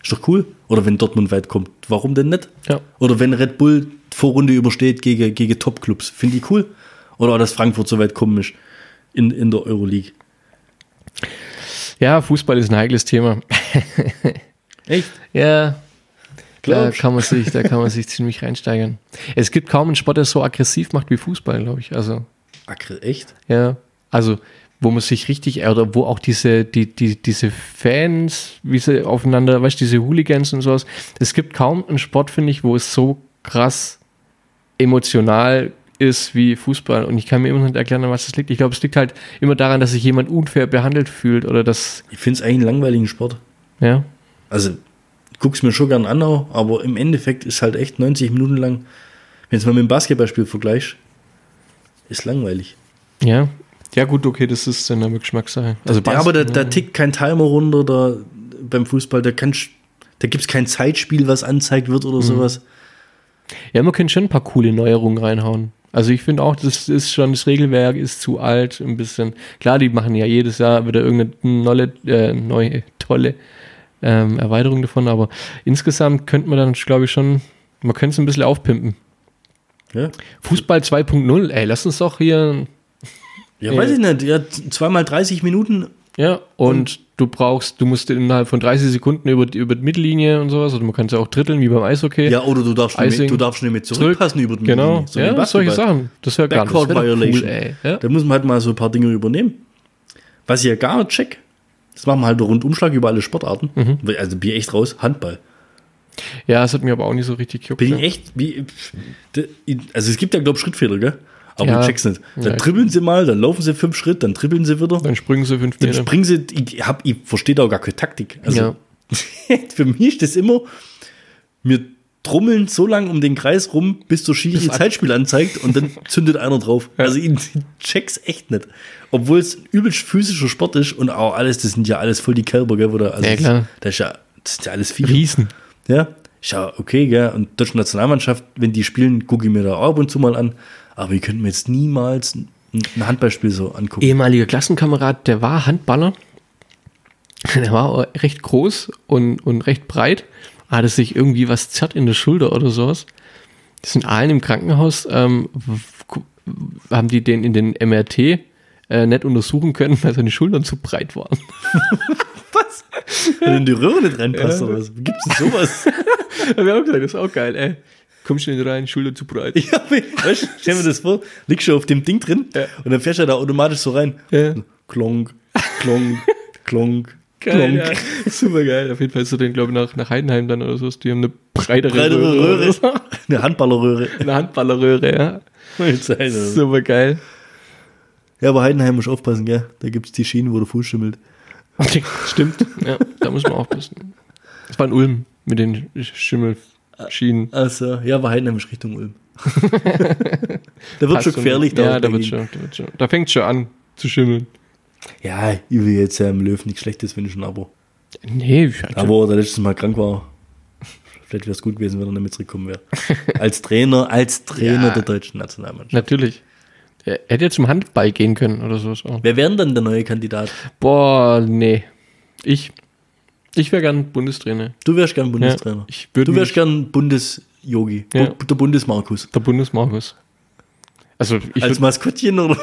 [SPEAKER 1] Ist doch cool. Oder wenn Dortmund weit kommt, warum denn nicht?
[SPEAKER 2] Ja.
[SPEAKER 1] Oder wenn Red Bull Vorrunde übersteht gegen, gegen Top-Clubs, finde ich cool. Oder auch, dass Frankfurt so weit kommen ist in, in der Euroleague.
[SPEAKER 2] ja, Fußball ist ein heikles Thema.
[SPEAKER 1] Echt?
[SPEAKER 2] [laughs] Ja, da
[SPEAKER 1] Glaubst?
[SPEAKER 2] kann man sich, da kann man sich ziemlich reinsteigern. Es gibt kaum einen Sport, der es so aggressiv macht wie Fußball, glaube ich. Also,
[SPEAKER 1] Akre, echt?
[SPEAKER 2] ja, also wo man sich richtig äh, oder wo auch diese die die diese Fans, wie sie aufeinander, weißt du, diese Hooligans und sowas. Es gibt kaum einen Sport, finde ich, wo es so krass emotional ist wie Fußball und ich kann mir immer noch nicht erklären, an was das liegt. Ich glaube, es liegt halt immer daran, dass sich jemand unfair behandelt fühlt oder das
[SPEAKER 1] Ich finde es eigentlich einen langweiligen Sport.
[SPEAKER 2] ja,
[SPEAKER 1] also guck's mir schon gern an, auch, aber im Endeffekt ist halt echt 90 Minuten lang, wenn es mal mit dem Basketballspiel vergleichst, ist langweilig.
[SPEAKER 2] ja. Ja gut, okay, das ist dann eine Geschmackssache. Also
[SPEAKER 1] ja, aber da, da
[SPEAKER 2] Basketball-
[SPEAKER 1] tickt kein Timer runter, da beim Fußball, da, kannst- da gibt's kein Zeitspiel, was angezeigt wird oder sowas.
[SPEAKER 2] Ja, man könnte schon ein paar coole Neuerungen reinhauen. Also ich finde auch, das ist schon, das Regelwerk ist zu alt, ein bisschen. Klar, die machen ja jedes Jahr wieder irgendeine neue, äh, neue tolle ähm, Erweiterung davon, aber insgesamt könnte man dann, glaube ich, schon, man könnte es ein bisschen aufpimpen.
[SPEAKER 1] Ja,
[SPEAKER 2] Fußball 2.0, ey, lass uns doch hier,
[SPEAKER 1] ja,
[SPEAKER 2] Ja.
[SPEAKER 1] weiß ich nicht. Ja, zweimal 30 Minuten,
[SPEAKER 2] ja, und du brauchst, du musst innerhalb von 30 Sekunden über, die- über die Mittellinie und sowas, oder man kann es ja auch dritteln, wie beim Eishockey.
[SPEAKER 1] ja, oder du darfst, nicht
[SPEAKER 2] Icing.
[SPEAKER 1] mit, du darfst nicht mit zurückpassen über den
[SPEAKER 2] Genau,
[SPEAKER 1] so wie
[SPEAKER 2] ja,
[SPEAKER 1] Basketball.
[SPEAKER 2] solche Sachen. Das wäre gar nicht. Das
[SPEAKER 1] Backcourt
[SPEAKER 2] wär doch
[SPEAKER 1] Violation.
[SPEAKER 2] cool, ey. Ja.
[SPEAKER 1] Da muss man halt mal so ein paar Dinge übernehmen. Was ich ja gar nicht check, das machen wir halt einen Rundumschlag über alle Sportarten.
[SPEAKER 2] Mhm.
[SPEAKER 1] Also bin ich echt raus, Handball.
[SPEAKER 2] ja, das hat mir aber auch nicht so richtig gejuckt.
[SPEAKER 1] Bin
[SPEAKER 2] ja.
[SPEAKER 1] ich echt. Wie, pff, de- also es gibt ja, glaube ich, Schrittfehler, gell? Aber
[SPEAKER 2] Ja.
[SPEAKER 1] ich check's nicht. Dann
[SPEAKER 2] Ja.
[SPEAKER 1] dribbeln sie mal, dann laufen sie fünf Schritt, dann dribbeln sie wieder.
[SPEAKER 2] Dann springen sie fünf
[SPEAKER 1] Dann
[SPEAKER 2] Meter.
[SPEAKER 1] springen sie. Ich, hab, ich verstehe da auch gar keine Taktik. Also [laughs] für mich ist das immer, wir trommeln so lange um den Kreis rum, bis der Schiri
[SPEAKER 2] Bis
[SPEAKER 1] das
[SPEAKER 2] ab-
[SPEAKER 1] Zeitspiel anzeigt und
[SPEAKER 2] [laughs]
[SPEAKER 1] dann zündet einer drauf. Also ich check's echt nicht. Obwohl es ein übelst physischer Sport ist und auch alles, das sind ja alles voll die Kälber, gell? wo da- also
[SPEAKER 2] Ja, klar.
[SPEAKER 1] Das ist ja, das ist ja alles viel.
[SPEAKER 2] Riesen.
[SPEAKER 1] Ja, ist ja okay, gell? Und deutsche Nationalmannschaft, wenn die spielen, gucke ich mir da auch ab und zu mal an. Aber wir könnten mir jetzt niemals ein ein Handballspiel so angucken.
[SPEAKER 2] Ehemaliger Klassenkamerad, der war Handballer. [laughs] Der war auch recht groß und, und recht breit. Hatte sich irgendwie was zerrt in der Schulter oder sowas. Die sind allen im Krankenhaus, ähm, w- w- haben die den in den MRT äh, nicht untersuchen können, [laughs] weil seine Schultern zu breit [laughs] waren.
[SPEAKER 1] Was?
[SPEAKER 2] [laughs]
[SPEAKER 1] Wenn in die Röhre nicht reinpasst oder was? Gibt's denn sowas?
[SPEAKER 2] Hab ich auch gesagt, das ist auch geil, ey. komm schnell rein, Schulter zu breit.
[SPEAKER 1] Ja, weißt du, stell mir das vor, liegst schon auf dem Ding drin
[SPEAKER 2] Ja.
[SPEAKER 1] und dann fährst du da automatisch so rein.
[SPEAKER 2] Ja.
[SPEAKER 1] Klonk, klonk, klonk,
[SPEAKER 2] [laughs] Geil,
[SPEAKER 1] klonk.
[SPEAKER 2] [laughs] ja. Super geil. Auf jeden Fall ist er dann, glaube ich, nach, nach Heidenheim dann oder so. Die haben eine breitere,
[SPEAKER 1] Breitere
[SPEAKER 2] oder so. [laughs]
[SPEAKER 1] Röhre. Eine Handballerröhre.
[SPEAKER 2] Eine Handballerröhre, ja.
[SPEAKER 1] [laughs]
[SPEAKER 2] Super geil.
[SPEAKER 1] Ja, aber Heidenheim musst du aufpassen, gell? Da gibt's die Schienen, wo der Fuß schimmelt.
[SPEAKER 2] Stimmt. Ja, da muss man aufpassen. Das war in Ulm mit den Schimmelschienen.
[SPEAKER 1] Also, ja, aber Heidenheim ist Richtung
[SPEAKER 2] [laughs]
[SPEAKER 1] Ulm. da wird schon gefährlich.
[SPEAKER 2] da. Ja,
[SPEAKER 1] auch
[SPEAKER 2] da wird
[SPEAKER 1] dagegen.
[SPEAKER 2] schon, da wird schon. Da fängt schon an zu schimmeln.
[SPEAKER 1] Ja, ich will jetzt ähm, Löw nichts Schlechtes wünschen, aber.
[SPEAKER 2] Nee, ich hatte
[SPEAKER 1] Aber wo er letztes Mal krank war, vielleicht wäre es gut gewesen, wenn er nicht mehr zurückkommen [laughs] wäre. Als Trainer, als Trainer
[SPEAKER 2] Ja.
[SPEAKER 1] der deutschen Nationalmannschaft.
[SPEAKER 2] natürlich. Er hätte ja zum Handball gehen können oder sowas auch.
[SPEAKER 1] Wer wäre denn dann der neue Kandidat?
[SPEAKER 2] Boah, nee. Ich, ich wäre gern Bundestrainer.
[SPEAKER 1] Du wärst gern Bundestrainer.
[SPEAKER 2] Ja, ich würd
[SPEAKER 1] du wärst
[SPEAKER 2] mich-
[SPEAKER 1] gern Bundes-Yogi. Bu-
[SPEAKER 2] Ja.
[SPEAKER 1] Der Bundes-Markus.
[SPEAKER 2] Der Bundesmarkus. Also ich
[SPEAKER 1] Als
[SPEAKER 2] würde
[SPEAKER 1] Maskottchen oder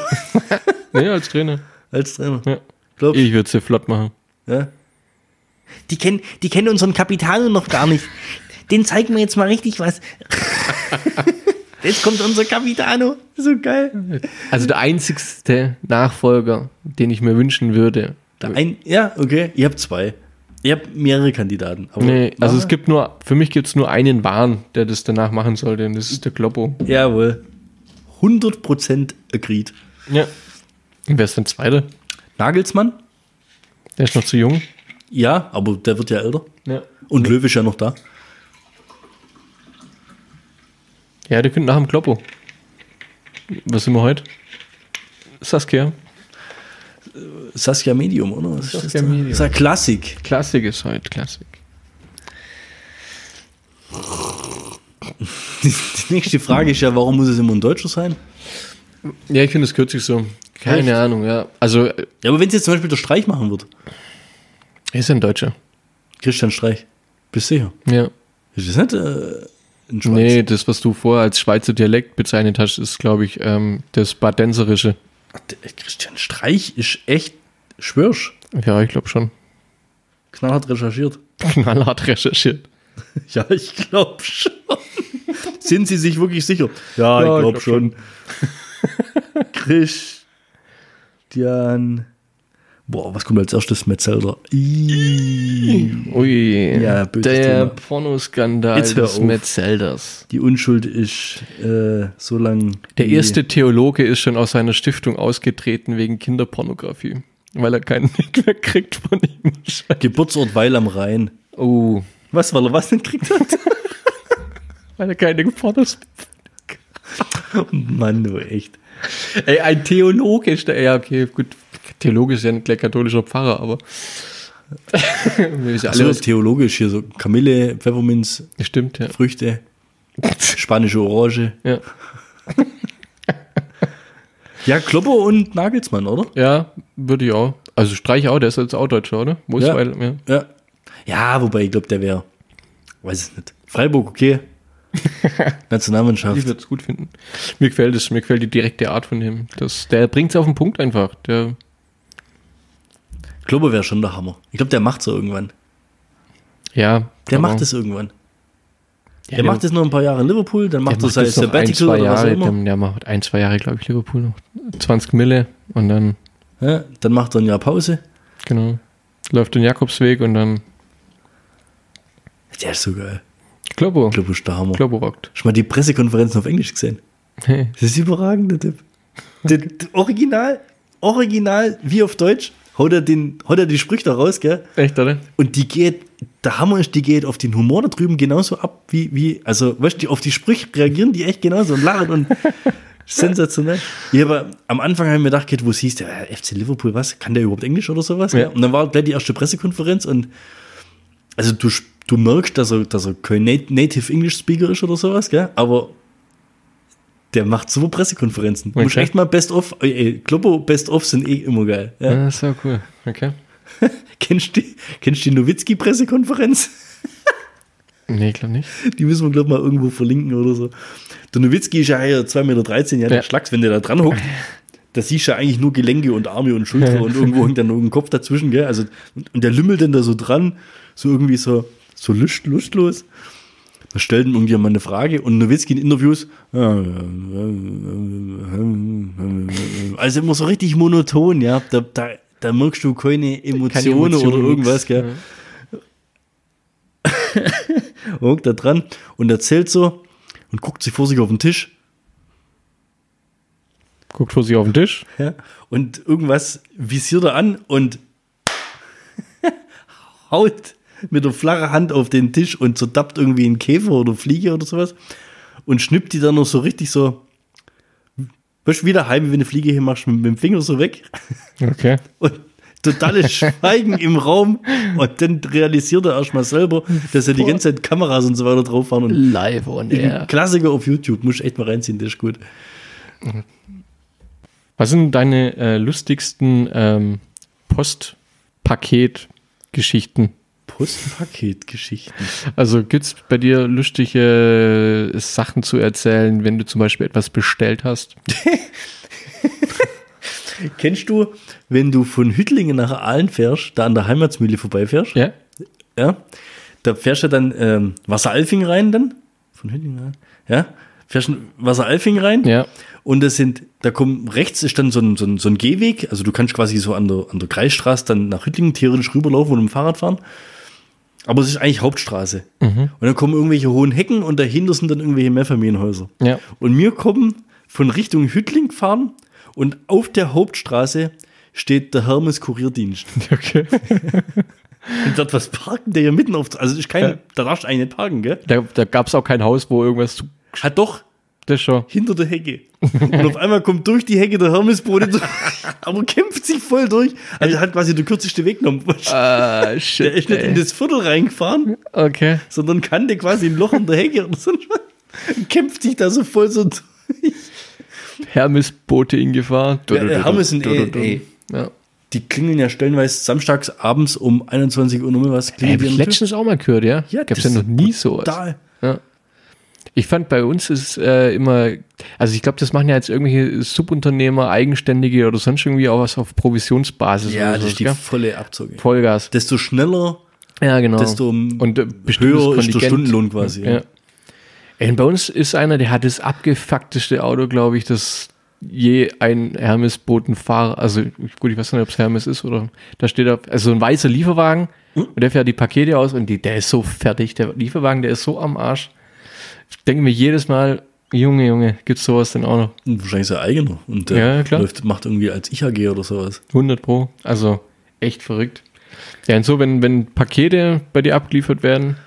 [SPEAKER 1] [laughs]
[SPEAKER 2] nee, als Trainer.
[SPEAKER 1] als Trainer?
[SPEAKER 2] Ja.
[SPEAKER 1] Glaubst du?
[SPEAKER 2] Ich würde sie flott machen.
[SPEAKER 1] Ja. Die kennen, die kennen unseren Kapitano noch gar nicht. Den zeigen wir jetzt mal richtig [laughs] was. jetzt kommt unser Capitano. So geil.
[SPEAKER 2] Also der einzigste Nachfolger, den ich mir wünschen würde.
[SPEAKER 1] Da ein, ja, okay. Ihr habt zwei. Ihr habt mehrere Kandidaten. Aber
[SPEAKER 2] Nee, also
[SPEAKER 1] Ah,
[SPEAKER 2] es gibt nur, für mich gibt es nur einen Wahn, der das danach machen sollte, und das ist der Kloppo.
[SPEAKER 1] Jawohl. 100% agreed.
[SPEAKER 2] Ja. Und wer ist denn zweiter?
[SPEAKER 1] Nagelsmann?
[SPEAKER 2] Der ist noch zu jung.
[SPEAKER 1] Ja, aber der wird ja älter.
[SPEAKER 2] Ja.
[SPEAKER 1] Und Löw ist ja noch da.
[SPEAKER 2] Ja, der könnte nach dem Kloppo. Was sind wir heute? Saskia.
[SPEAKER 1] Saskia Medium, oder? Was ist
[SPEAKER 2] Saskia
[SPEAKER 1] das da?
[SPEAKER 2] Medium.
[SPEAKER 1] Das ist ja Klassik.
[SPEAKER 2] Klassik ist heute, Klassik.
[SPEAKER 1] Die, die nächste Frage ist ja, warum muss es immer ein Deutscher sein?
[SPEAKER 2] Ja, ich finde es kürzlich so. Keine
[SPEAKER 1] Echt?
[SPEAKER 2] Ahnung, ja. Also, er
[SPEAKER 1] Ja, aber wenn es jetzt zum Beispiel der Streich machen würde.
[SPEAKER 2] ist ein Deutscher.
[SPEAKER 1] Christian Streich. Bist du sicher?
[SPEAKER 2] Ja.
[SPEAKER 1] Ist das nicht äh, ein Schwanz?
[SPEAKER 2] Nee, das, was du vorher als Schweizer Dialekt bezeichnet hast, ist, glaube ich, ähm, das Badenserische.
[SPEAKER 1] Ach, der Christian Streich ist echt schwörsch.
[SPEAKER 2] Ja, ich glaube schon. [laughs]
[SPEAKER 1] Knallhart recherchiert.
[SPEAKER 2] Knallhart recherchiert.
[SPEAKER 1] Ja, ich glaube schon. Sind Sie sich wirklich sicher? Ja,
[SPEAKER 2] Ja,
[SPEAKER 1] ich
[SPEAKER 2] ich
[SPEAKER 1] glaube
[SPEAKER 2] glaub
[SPEAKER 1] schon. Christian. Boah, was kommt als erstes? Metzelder. Ii.
[SPEAKER 2] Ui.
[SPEAKER 1] Ja, böses
[SPEAKER 2] der
[SPEAKER 1] Thema.
[SPEAKER 2] Pornoskandal
[SPEAKER 1] Jetzt hör
[SPEAKER 2] des
[SPEAKER 1] auf.
[SPEAKER 2] Metzelders.
[SPEAKER 1] Die Unschuld ist äh, so lang.
[SPEAKER 2] Der
[SPEAKER 1] wie-
[SPEAKER 2] erste Theologe ist schon aus seiner Stiftung ausgetreten wegen Kinderpornografie. Weil er keinen [laughs] Nick mehr kriegt von ihm.
[SPEAKER 1] Geburtsort Weil am Rhein.
[SPEAKER 2] Oh.
[SPEAKER 1] Was, weil er was denn kriegt hat? [laughs]
[SPEAKER 2] Weil er keine Pornos.
[SPEAKER 1] Mann, du echt.
[SPEAKER 2] Ey, ein Theologe ist der. Ja, okay, gut. Theologe ist ja nicht gleich katholischer Pfarrer, aber. [laughs] Wir wissen alle,
[SPEAKER 1] Also
[SPEAKER 2] was
[SPEAKER 1] theologisch hier so Kamille, Pfefferminz,
[SPEAKER 2] Stimmt, ja.
[SPEAKER 1] Früchte, [laughs] spanische Orange.
[SPEAKER 2] ja.
[SPEAKER 1] Ja, Kloppo und Nagelsmann, oder?
[SPEAKER 2] Ja, würde ich auch. Also Streich auch, der ist jetzt auch Deutscher, oder? Muss
[SPEAKER 1] Ja.
[SPEAKER 2] weil, ja.
[SPEAKER 1] Ja. Ja, wobei ich glaube, der wäre, weiß ich nicht. Freiburg, okay.
[SPEAKER 2] Ich
[SPEAKER 1] [laughs] Nationalmannschaft.
[SPEAKER 2] würde es gut finden. Mir gefällt es, mir gefällt die direkte Art von ihm. Das, der bringt es auf den Punkt einfach. Der,
[SPEAKER 1] Kloppo wäre schon der Hammer. Ich glaube, der macht so irgendwann.
[SPEAKER 2] ja.
[SPEAKER 1] Der
[SPEAKER 2] aber-
[SPEAKER 1] macht es irgendwann.
[SPEAKER 2] Ja,
[SPEAKER 1] der macht es noch ein paar Jahre in Liverpool, dann
[SPEAKER 2] Der
[SPEAKER 1] macht er
[SPEAKER 2] macht
[SPEAKER 1] sein
[SPEAKER 2] das noch ein,
[SPEAKER 1] Sabbatical
[SPEAKER 2] zwei
[SPEAKER 1] oder was auch
[SPEAKER 2] Jahre.
[SPEAKER 1] immer.
[SPEAKER 2] Der, der macht ein, zwei Jahre, glaube ich, Liverpool noch. 20 Mille und dann,
[SPEAKER 1] Ja, dann macht er ein Jahr Pause.
[SPEAKER 2] genau, läuft den Jakobsweg und dann
[SPEAKER 1] Der ist so geil.
[SPEAKER 2] Kloppo.
[SPEAKER 1] Kloppo ist der Hammer.
[SPEAKER 2] Kloppo rockt. [laughs]
[SPEAKER 1] Schon mal die Pressekonferenzen auf Englisch gesehen.
[SPEAKER 2] Hey.
[SPEAKER 1] Das ist überragend, der Tipp. Der, der original, original, wie auf Deutsch, haut er, den, haut er die Sprüche da raus, gell?
[SPEAKER 2] Echt, oder?
[SPEAKER 1] Und die geht, der Hammer ist, die geht auf den Humor da drüben genauso ab, wie, wie also, weißt du, die auf die Sprüche reagieren die echt genauso und lachen
[SPEAKER 2] [laughs]
[SPEAKER 1] und sensationell. Ich habe am Anfang habe ich mir gedacht, wo es hieß, der FC Liverpool, was, kann der überhaupt Englisch oder sowas?
[SPEAKER 2] Ja.
[SPEAKER 1] gell? Und dann war gleich die erste Pressekonferenz und also du, sp- du merkst, dass er, dass er kein Nat- Native English Speaker ist oder sowas, gell? aber der macht super Pressekonferenzen.
[SPEAKER 2] Okay.
[SPEAKER 1] Muss echt mal Best of, äh, äh, Kloppo Best of sind eh immer geil. Ja.
[SPEAKER 2] Ah, Ja, so cool. Okay.
[SPEAKER 1] Kennst du die, kennst du die Nowitzki-Pressekonferenz?
[SPEAKER 2] Nee, ich glaube nicht.
[SPEAKER 1] Die müssen wir, glaube ich, mal irgendwo verlinken oder so. Der Nowitzki ist ja hier 2,13 Meter, ja, der
[SPEAKER 2] Ja.
[SPEAKER 1] Schlags, wenn der da dran hockt. Da siehst du ja eigentlich nur Gelenke und Arme und Schulter und irgendwo hängt dann noch ein Kopf dazwischen, gell? Also, und der lümmelt dann da so dran, so irgendwie so, so lust, lustlos. Da stellt ihm irgendjemand eine Frage und Nowitzki in Interviews, äh, also immer so richtig monoton, ja. Da, da, da merkst du keine Emotionen
[SPEAKER 2] Emotion,
[SPEAKER 1] oder irgendwas,
[SPEAKER 2] nix,
[SPEAKER 1] gell. hockt da dran und erzählt so und guckt sich vor sich auf den Tisch.
[SPEAKER 2] Guckt vor sich auf den Tisch.
[SPEAKER 1] Ja, und irgendwas visiert er an und [laughs] haut mit der flachen Hand auf den Tisch und zerdappt irgendwie einen Käfer oder Fliege oder sowas und schnippt die dann noch so richtig so. Bist du wieder heim, wie wenn du eine Fliege hinmachst, mit, mit dem Finger so weg [laughs]
[SPEAKER 2] Okay.
[SPEAKER 1] und totales Schweigen im Raum und dann realisiert er erstmal selber, dass er die ganze Zeit Kameras und so weiter drauf waren und
[SPEAKER 2] Live on
[SPEAKER 1] Ein Klassiker auf YouTube, muss ich echt mal reinziehen, der ist gut.
[SPEAKER 2] Was sind deine äh, lustigsten ähm, Postpaket-Geschichten?
[SPEAKER 1] Postpaketgeschichten.
[SPEAKER 2] Also gibt's bei dir lustige äh, Sachen zu erzählen, wenn du zum Beispiel etwas bestellt hast?
[SPEAKER 1] Kennst du, wenn du von Hüttlingen nach Aalen fährst, da an der Heimatsmühle vorbeifährst?
[SPEAKER 2] [laughs] Ja?
[SPEAKER 1] ja. Da fährst du dann ähm, Wasseralfing rein dann? Von Hüttlingen nach Ja. Fährst du Wasseralfing rein?
[SPEAKER 2] Ja.
[SPEAKER 1] Und das sind, da kommt rechts ist dann so ein, so ein, so ein Gehweg. Also du kannst quasi so an der, an der Kreisstraße dann nach Hüttlingen theoretisch rüberlaufen und mit dem Fahrrad fahren. Aber es ist eigentlich Hauptstraße.
[SPEAKER 2] Mhm.
[SPEAKER 1] Und dann kommen irgendwelche hohen Hecken und dahinter sind dann irgendwelche Mehrfamilienhäuser.
[SPEAKER 2] Ja.
[SPEAKER 1] Und mir kommen von Richtung Hüttling fahren und auf der Hauptstraße steht der Hermes Kurierdienst.
[SPEAKER 2] Okay.
[SPEAKER 1] Und dort was parken, der hier mitten auf. Also ich keine,
[SPEAKER 2] Ja.
[SPEAKER 1] da darfst du eigentlich nicht parken, gell?
[SPEAKER 2] Da, da gab's auch kein Haus, wo irgendwas zu.
[SPEAKER 1] Hat doch
[SPEAKER 2] Das schon.
[SPEAKER 1] hinter der Hecke. Und auf einmal kommt durch die Hecke der Hermesbote,
[SPEAKER 2] [laughs]
[SPEAKER 1] durch, aber kämpft sich voll durch. Also hat quasi den kürzeste Weg genommen.
[SPEAKER 2] [laughs] Ah, shit.
[SPEAKER 1] Der ist nicht in das Viertel reingefahren,
[SPEAKER 2] Okay.
[SPEAKER 1] sondern kannte quasi ein Loch in der Hecke und so [laughs] und kämpft sich da so voll so durch.
[SPEAKER 2] Hermes-Boote in Gefahr. Du,
[SPEAKER 1] Ja,
[SPEAKER 2] du,
[SPEAKER 1] äh,
[SPEAKER 2] du,
[SPEAKER 1] Hermes
[SPEAKER 2] du,
[SPEAKER 1] und
[SPEAKER 2] du,
[SPEAKER 1] eh-
[SPEAKER 2] du, du.
[SPEAKER 1] eh.
[SPEAKER 2] Ja.
[SPEAKER 1] Die klingeln ja stellenweise samstags abends um 21 Uhr nochmal was.
[SPEAKER 2] Ey,
[SPEAKER 1] Klingelt
[SPEAKER 2] hab ich letztens auch mal gehört, ja?
[SPEAKER 1] Ja,
[SPEAKER 2] Gab's ja
[SPEAKER 1] das
[SPEAKER 2] noch
[SPEAKER 1] ist
[SPEAKER 2] nie sowas.
[SPEAKER 1] da.
[SPEAKER 2] Ja. Ich fand bei uns ist äh, immer, also ich glaube, das machen ja jetzt irgendwelche Subunternehmer, Eigenständige oder sonst irgendwie auch was auf Provisionsbasis.
[SPEAKER 1] Ja,
[SPEAKER 2] oder
[SPEAKER 1] das
[SPEAKER 2] sowas,
[SPEAKER 1] ist die
[SPEAKER 2] gell?
[SPEAKER 1] volle Abzocke.
[SPEAKER 2] Vollgas.
[SPEAKER 1] Desto schneller,
[SPEAKER 2] Ja, genau.
[SPEAKER 1] desto
[SPEAKER 2] und äh, bestimmtes
[SPEAKER 1] höher ist der
[SPEAKER 2] Kontingent.
[SPEAKER 1] Stundenlohn quasi.
[SPEAKER 2] Ja. Ey, und bei uns ist einer, der hat das abgefuckteste Auto, glaube ich, das je ein Hermes-Botenfahrer, also gut, ich weiß nicht, ob es Hermes ist oder da steht da, also so ein weißer Lieferwagen und der fährt die Pakete aus und die, der ist so fertig, der Lieferwagen, der ist so am Arsch. Ich denke mir jedes Mal, Junge, Junge, gibt's sowas denn auch noch?
[SPEAKER 1] Und wahrscheinlich sein eigener. Und
[SPEAKER 2] Ja,
[SPEAKER 1] der
[SPEAKER 2] ja, klar.
[SPEAKER 1] Läuft, macht irgendwie als Ich-AG oder sowas.
[SPEAKER 2] 100 pro, also echt verrückt. Ja, und so, wenn, wenn Pakete bei dir abgeliefert werden,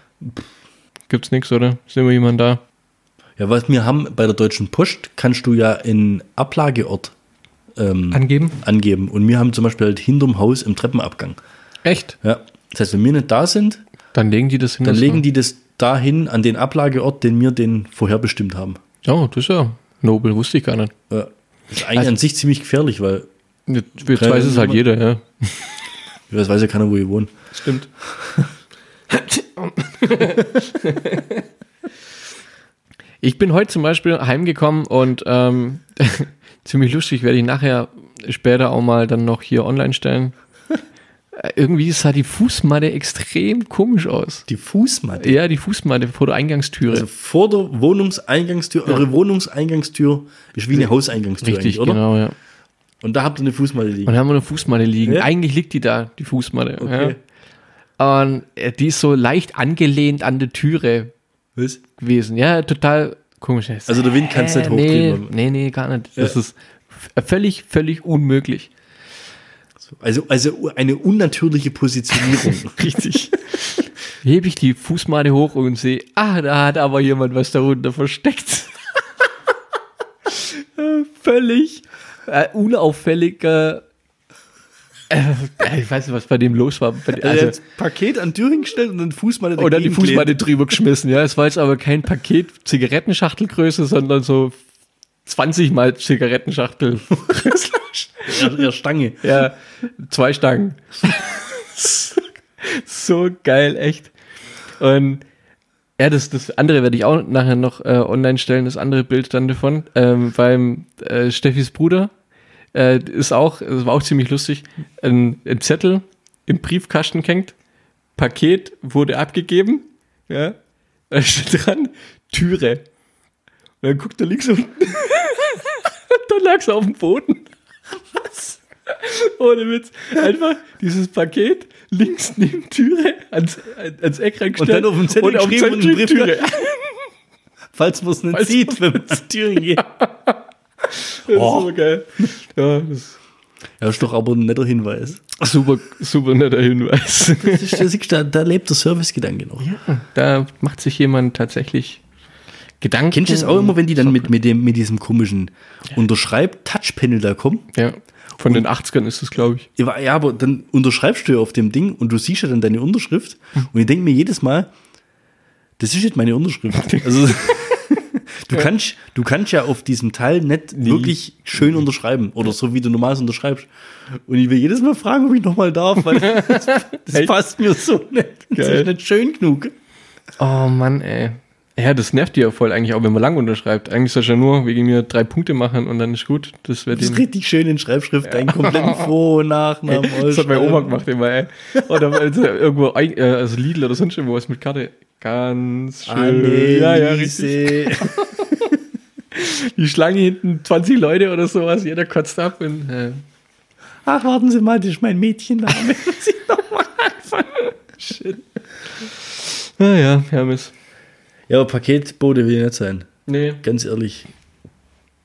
[SPEAKER 2] gibt's nichts, oder? Ist immer jemand da?
[SPEAKER 1] Ja, was wir haben bei der Deutschen Post, kannst du ja in Ablageort ähm,
[SPEAKER 2] Angeben?
[SPEAKER 1] angeben. Und wir haben zum Beispiel halt hinterm Haus im Treppenabgang.
[SPEAKER 2] Echt?
[SPEAKER 1] Ja. Das heißt, wenn wir nicht da sind,
[SPEAKER 2] Dann legen die das hin.
[SPEAKER 1] dann
[SPEAKER 2] das
[SPEAKER 1] legen
[SPEAKER 2] war-
[SPEAKER 1] die das dahin an den Ablageort, den wir den vorherbestimmt haben.
[SPEAKER 2] Oh, das ist ja nobel, wusste ich gar nicht.
[SPEAKER 1] Ja. Das ist eigentlich
[SPEAKER 2] Also
[SPEAKER 1] an sich ziemlich gefährlich, weil
[SPEAKER 2] Jetzt jetzt weiß es halt jeder, ja.
[SPEAKER 1] das weiß ja keiner, wo ihr wohnt.
[SPEAKER 2] Stimmt. [laughs] ich bin heute zum Beispiel heimgekommen und ähm, [laughs] ziemlich lustig werde ich nachher später auch mal dann noch hier online stellen. Äh, Irgendwie sah die Fußmatte extrem komisch aus.
[SPEAKER 1] Die Fußmatte.
[SPEAKER 2] Ja, die Fußmatte vor der Eingangstüre.
[SPEAKER 1] Also vor der Wohnungseingangstür, eure Wohnungseingangstür ist wie eine Hauseingangstür
[SPEAKER 2] Richtig,
[SPEAKER 1] eigentlich, oder?
[SPEAKER 2] genau, ja.
[SPEAKER 1] Und da habt ihr eine Fußmatte liegen.
[SPEAKER 2] Und da haben wir eine Fußmatte liegen.
[SPEAKER 1] Ja?
[SPEAKER 2] Eigentlich liegt die da, die Fußmatte.
[SPEAKER 1] Okay.
[SPEAKER 2] Ja. Und äh, die ist so leicht angelehnt an die Türe
[SPEAKER 1] Was?
[SPEAKER 2] gewesen. Ja, total komisch.
[SPEAKER 1] Also der Wind kann's nicht hochdrehen.
[SPEAKER 2] Nee, nee, nee, gar nicht. Das ist f- völlig, völlig unmöglich.
[SPEAKER 1] Also, also eine unnatürliche [laughs] Positionierung. Also
[SPEAKER 2] Richtig. Hebe ich die Fußmatte hoch und sehe, ah, da hat aber jemand was darunter versteckt. [laughs] Äh, Völlig äh, unauffälliger. Äh, ich weiß nicht, was bei dem los war. Bei-
[SPEAKER 1] Also, er hat das Paket an Tür hingestellt und dann Fußmatte
[SPEAKER 2] Oder die
[SPEAKER 1] dagegen
[SPEAKER 2] Fußmatte drüber geschmissen, ja. Es war jetzt aber kein Paket Zigarettenschachtelgröße, sondern so 20 mal Zigarettenschachtel.
[SPEAKER 1] klebt. Ja, Stange.
[SPEAKER 2] ja, zwei Stangen. so geil, echt. Und ja, das, das andere werde ich auch nachher noch äh, online stellen, das andere Bild dann davon. Ähm, beim äh, Steffis Bruder äh, ist auch, das war auch ziemlich lustig, ein, ein Zettel im Briefkasten hängt, Paket wurde abgegeben, ja, Da steht dran, Türe. Und dann guckt er links unten. [laughs] dann lag es auf dem Boden. Was? Ohne Witz. Einfach dieses Paket links neben Türe ans, ans Eck
[SPEAKER 1] Und dann
[SPEAKER 2] reingestellt.
[SPEAKER 1] auf dem Zettel
[SPEAKER 2] und auf dem
[SPEAKER 1] geschrieben und
[SPEAKER 2] Zettel
[SPEAKER 1] einen
[SPEAKER 2] Türe.
[SPEAKER 1] Brief- Falls man es nicht
[SPEAKER 2] Falls
[SPEAKER 1] sieht, wenn man zur [laughs] Tür geht.
[SPEAKER 2] [laughs] Das
[SPEAKER 1] Oh.
[SPEAKER 2] ist so geil. Ja, das
[SPEAKER 1] Das ist doch aber ein netter Hinweis.
[SPEAKER 2] ist super, super netter Hinweis.
[SPEAKER 1] Das ist, das ist, da, da lebt der Servicegedanke noch.
[SPEAKER 2] Da macht sich jemand tatsächlich Gedanken.
[SPEAKER 1] Kennst du es auch immer, wenn die dann mit, mit, dem, mit diesem komischen Unterschreib-Touchpanel da kommen?
[SPEAKER 2] Ja, von den 80ern ist es, glaube ich.
[SPEAKER 1] Ja, ja, aber dann unterschreibst du ja auf dem Ding und du siehst ja dann deine Unterschrift. Und ich denke mir jedes Mal, das ist jetzt meine
[SPEAKER 2] [laughs]
[SPEAKER 1] Unterschrift. Also, [laughs] du, kannst, du kannst ja auf diesem Teil nicht wirklich schön unterschreiben oder so, wie du normal unterschreibst. Und ich will jedes Mal fragen, ob ich nochmal darf,
[SPEAKER 2] [laughs]
[SPEAKER 1] weil das, das
[SPEAKER 2] Echt?
[SPEAKER 1] passt mir so nicht. Das
[SPEAKER 2] Geil.
[SPEAKER 1] ist nicht schön genug.
[SPEAKER 2] Oh Mann, ey. Ja, das nervt die ja voll eigentlich auch, wenn man lang unterschreibt. Eigentlich soll ich ja nur wegen mir drei Punkte machen und dann ist gut. Das wäre
[SPEAKER 1] Das ist
[SPEAKER 2] den.
[SPEAKER 1] richtig schön in Schreibschrift, deinen kompletten
[SPEAKER 2] [laughs]
[SPEAKER 1] Vor- und Nachnamen.
[SPEAKER 2] Das hat meine Oma
[SPEAKER 1] ausschreiben.
[SPEAKER 2] gemacht immer, ey. Oder weil sie irgendwo, ein, äh, also Lidl oder sonst irgendwo was mit Karte. Ganz schön.
[SPEAKER 1] Ah,
[SPEAKER 2] Ja, ja, richtig.
[SPEAKER 1] Anneliese.
[SPEAKER 2] Die Schlange hinten, 20 Leute oder sowas, jeder kotzt ab und. Äh,
[SPEAKER 1] Ach, warten Sie mal, das ist mein
[SPEAKER 2] [laughs]
[SPEAKER 1] Mädchenname.
[SPEAKER 2] naja, ah Hermes.
[SPEAKER 1] ja, aber Paketbote will ich nicht sein.
[SPEAKER 2] Nee.
[SPEAKER 1] Ganz ehrlich.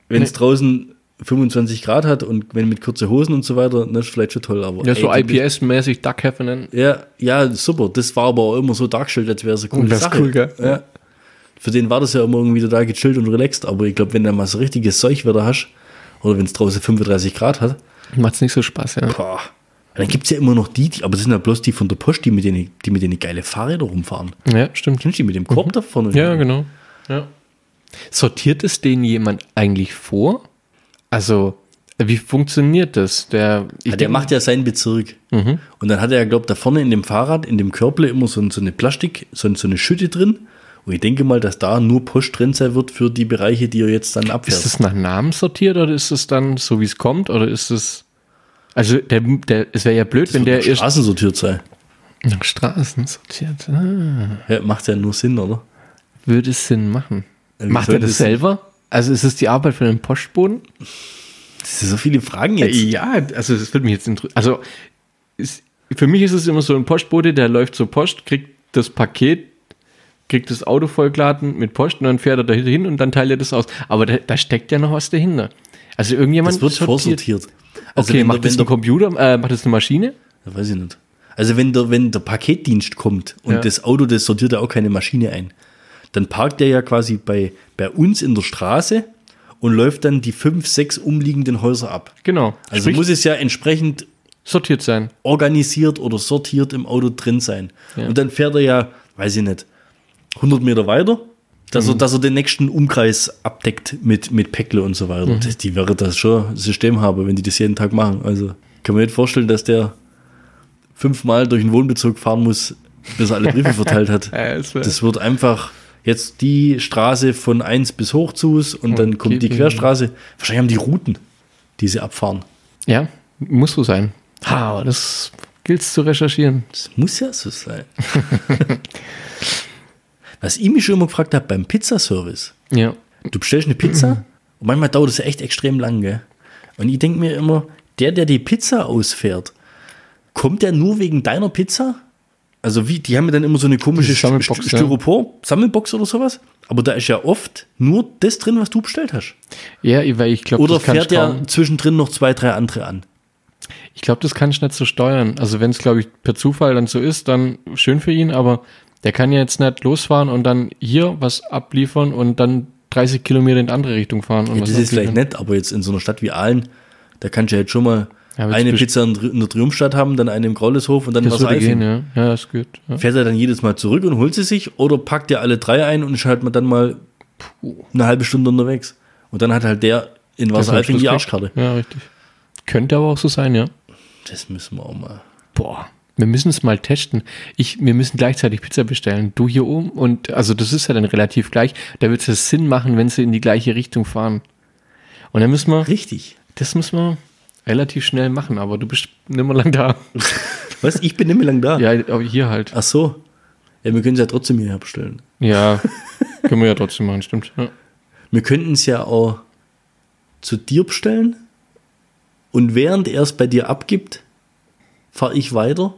[SPEAKER 1] Wenn es draußen 25 Grad hat und wenn mit kurze Hosen und so weiter, dann ist vielleicht schon toll. Aber
[SPEAKER 2] Ja, so
[SPEAKER 1] ey, die-
[SPEAKER 2] IPS-mäßig Duck ne? Heffernan.
[SPEAKER 1] Ja, ja, super. Das war aber auch immer so dargestellt, als wäre es eine coole
[SPEAKER 2] Das ist
[SPEAKER 1] Sache.
[SPEAKER 2] cool, gell?
[SPEAKER 1] Ja. Für den war das ja immer irgendwie da gechillt und relaxed. Aber ich glaube, wenn du mal so richtiges Seuchwetter hast oder wenn es draußen 35 Grad hat,
[SPEAKER 2] Macht's nicht so Spaß, ja.
[SPEAKER 1] Boah. Dann gibt es ja immer noch die, die, aber das sind ja bloß die von der Post, die mit denen, die mit denen geile Fahrräder rumfahren.
[SPEAKER 2] Ja, stimmt.
[SPEAKER 1] Kennst du die mit dem Korb da vorne?
[SPEAKER 2] Ja, genau. Ja. Sortiert es den jemand eigentlich vor? Also, wie funktioniert das? Der, ich
[SPEAKER 1] Ja, Ah, der
[SPEAKER 2] denk-
[SPEAKER 1] macht ja seinen Bezirk.
[SPEAKER 2] Mhm.
[SPEAKER 1] Und dann hat er, glaube da vorne in dem Fahrrad, in dem Körble immer so, ein- so eine Plastik, so, ein- so eine Schütte drin. Und ich denke mal, dass da nur Post drin sein wird für die Bereiche, die er jetzt dann
[SPEAKER 2] ist
[SPEAKER 1] abfährt.
[SPEAKER 2] es nach Namen sortiert oder ist es dann so, wie es kommt? Oder ist es. Also, der, der, es wäre ja blöd, wenn der
[SPEAKER 1] Wird nach Straßen sortiert sein.
[SPEAKER 2] erst nach Straßen sortiert. Ah,
[SPEAKER 1] Ja, macht ja nur Sinn, oder?
[SPEAKER 2] würde es Sinn machen?
[SPEAKER 1] Ja, wir
[SPEAKER 2] Macht er
[SPEAKER 1] sollten
[SPEAKER 2] das
[SPEAKER 1] es-
[SPEAKER 2] selber? Also, ist es die Arbeit von dem Postboden?
[SPEAKER 1] Das sind so viele Fragen jetzt.
[SPEAKER 2] Ja, also das würde mich jetzt interessieren. Also ist, für mich ist es immer so ein Postbote, der läuft zur Post, kriegt das Paket, kriegt das Auto vollgeladen mit Post und dann fährt er da hin und dann teilt er das aus. Aber da, da steckt ja noch was dahinter. Also irgendjemand
[SPEAKER 1] das wird
[SPEAKER 2] sortiert-
[SPEAKER 1] vorsortiert. Also
[SPEAKER 2] Okay,
[SPEAKER 1] wenn
[SPEAKER 2] macht
[SPEAKER 1] der,
[SPEAKER 2] das
[SPEAKER 1] wenn
[SPEAKER 2] ein
[SPEAKER 1] der,
[SPEAKER 2] Computer, äh, macht das eine Maschine?
[SPEAKER 1] Ja, weiß ich nicht. Also wenn der, wenn der Paketdienst kommt und
[SPEAKER 2] Ja.
[SPEAKER 1] das Auto, das sortiert ja auch keine Maschine ein, dann parkt der ja quasi bei, bei uns in der Straße und läuft dann die fünf, sechs umliegenden Häuser ab.
[SPEAKER 2] Genau.
[SPEAKER 1] Also
[SPEAKER 2] Sprich,
[SPEAKER 1] muss es ja entsprechend
[SPEAKER 2] sortiert sein.
[SPEAKER 1] organisiert oder sortiert im Auto drin sein.
[SPEAKER 2] Ja.
[SPEAKER 1] Und dann fährt er ja, weiß ich nicht, 100 Meter weiter, dass,
[SPEAKER 2] Mhm.
[SPEAKER 1] er, dass er den nächsten Umkreis abdeckt mit, mit Päckle und so weiter.
[SPEAKER 2] Mhm.
[SPEAKER 1] Das, die wäre das schon System habe, wenn die das jeden Tag machen. Also kann man nicht vorstellen, dass der fünfmal durch den Wohnbezirk fahren muss, bis er alle
[SPEAKER 2] [laughs]
[SPEAKER 1] Briefe verteilt hat.
[SPEAKER 2] Ja, das wär-
[SPEAKER 1] Das wird einfach jetzt die Straße von 1 bis Hochzus und dann kommt die
[SPEAKER 2] Kieping.
[SPEAKER 1] Querstraße. Wahrscheinlich haben die Routen, die sie abfahren.
[SPEAKER 2] Ja, muss so sein. Ha, aber das gilt's zu recherchieren.
[SPEAKER 1] Das muss ja so
[SPEAKER 2] [laughs]
[SPEAKER 1] sein. Was ich mich schon immer gefragt habe beim Pizzaservice,
[SPEAKER 2] Ja.
[SPEAKER 1] du bestellst eine Pizza und manchmal dauert es ja echt extrem lang, gell? Und ich denke mir immer, der, der die Pizza ausfährt, kommt der nur wegen deiner Pizza? Also wie, die haben ja dann immer so eine komische
[SPEAKER 2] Diese Sammelbox,
[SPEAKER 1] St-
[SPEAKER 2] ja.
[SPEAKER 1] Styropor, Sammelbox oder sowas. Aber da ist ja oft nur das drin, was du bestellt hast.
[SPEAKER 2] Ja, weil ich glaube,
[SPEAKER 1] Oder fährt der zwischendrin noch zwei, drei andere an?
[SPEAKER 2] Ich glaube, das kann ich nicht so steuern. Also wenn es, glaube ich, per Zufall dann so ist, dann schön für ihn, aber der kann ja jetzt nicht losfahren und dann hier was abliefern und dann 30 Kilometer in die andere Richtung fahren. Und
[SPEAKER 1] Ja,
[SPEAKER 2] was
[SPEAKER 1] das ist vielleicht
[SPEAKER 2] abliefern.
[SPEAKER 1] nett, aber jetzt in so einer Stadt wie Aalen, da kannst du ja jetzt schon mal
[SPEAKER 2] Ja, aber
[SPEAKER 1] eine
[SPEAKER 2] jetzt
[SPEAKER 1] Pizza in Tri- in der Triumphstadt haben, dann eine im Grauleshof und dann
[SPEAKER 2] Das
[SPEAKER 1] was
[SPEAKER 2] würde gehen,
[SPEAKER 1] Eifing.
[SPEAKER 2] ja. Ja, das geht. Ja.
[SPEAKER 1] Fährt er dann jedes Mal zurück und holt sie sich oder packt er alle drei ein und ist halt mal dann mal eine halbe Stunde unterwegs. Und dann hat halt der in
[SPEAKER 2] Das
[SPEAKER 1] Wasseralfing die
[SPEAKER 2] kriegt-
[SPEAKER 1] Arschkarte.
[SPEAKER 2] Ja, richtig. Könnte aber auch so sein, ja.
[SPEAKER 1] Das müssen wir auch mal.
[SPEAKER 2] Boah. Wir müssen es mal testen. Ich, wir müssen gleichzeitig Pizza bestellen. Du hier oben und also das ist ja dann relativ gleich. Da wird es Sinn machen, wenn sie in die gleiche Richtung fahren. Und dann müssen wir,
[SPEAKER 1] Richtig.
[SPEAKER 2] das müssen wir relativ schnell machen, aber du bist nimmer lang da.
[SPEAKER 1] Was? Ich bin nicht mehr lang da.
[SPEAKER 2] Ja, aber hier halt.
[SPEAKER 1] Ach so. Ja, wir können es ja trotzdem hierher bestellen.
[SPEAKER 2] Ja, können wir ja trotzdem machen, stimmt. Ja.
[SPEAKER 1] Wir könnten es ja auch zu dir bestellen und während er es bei dir abgibt, fahre ich weiter.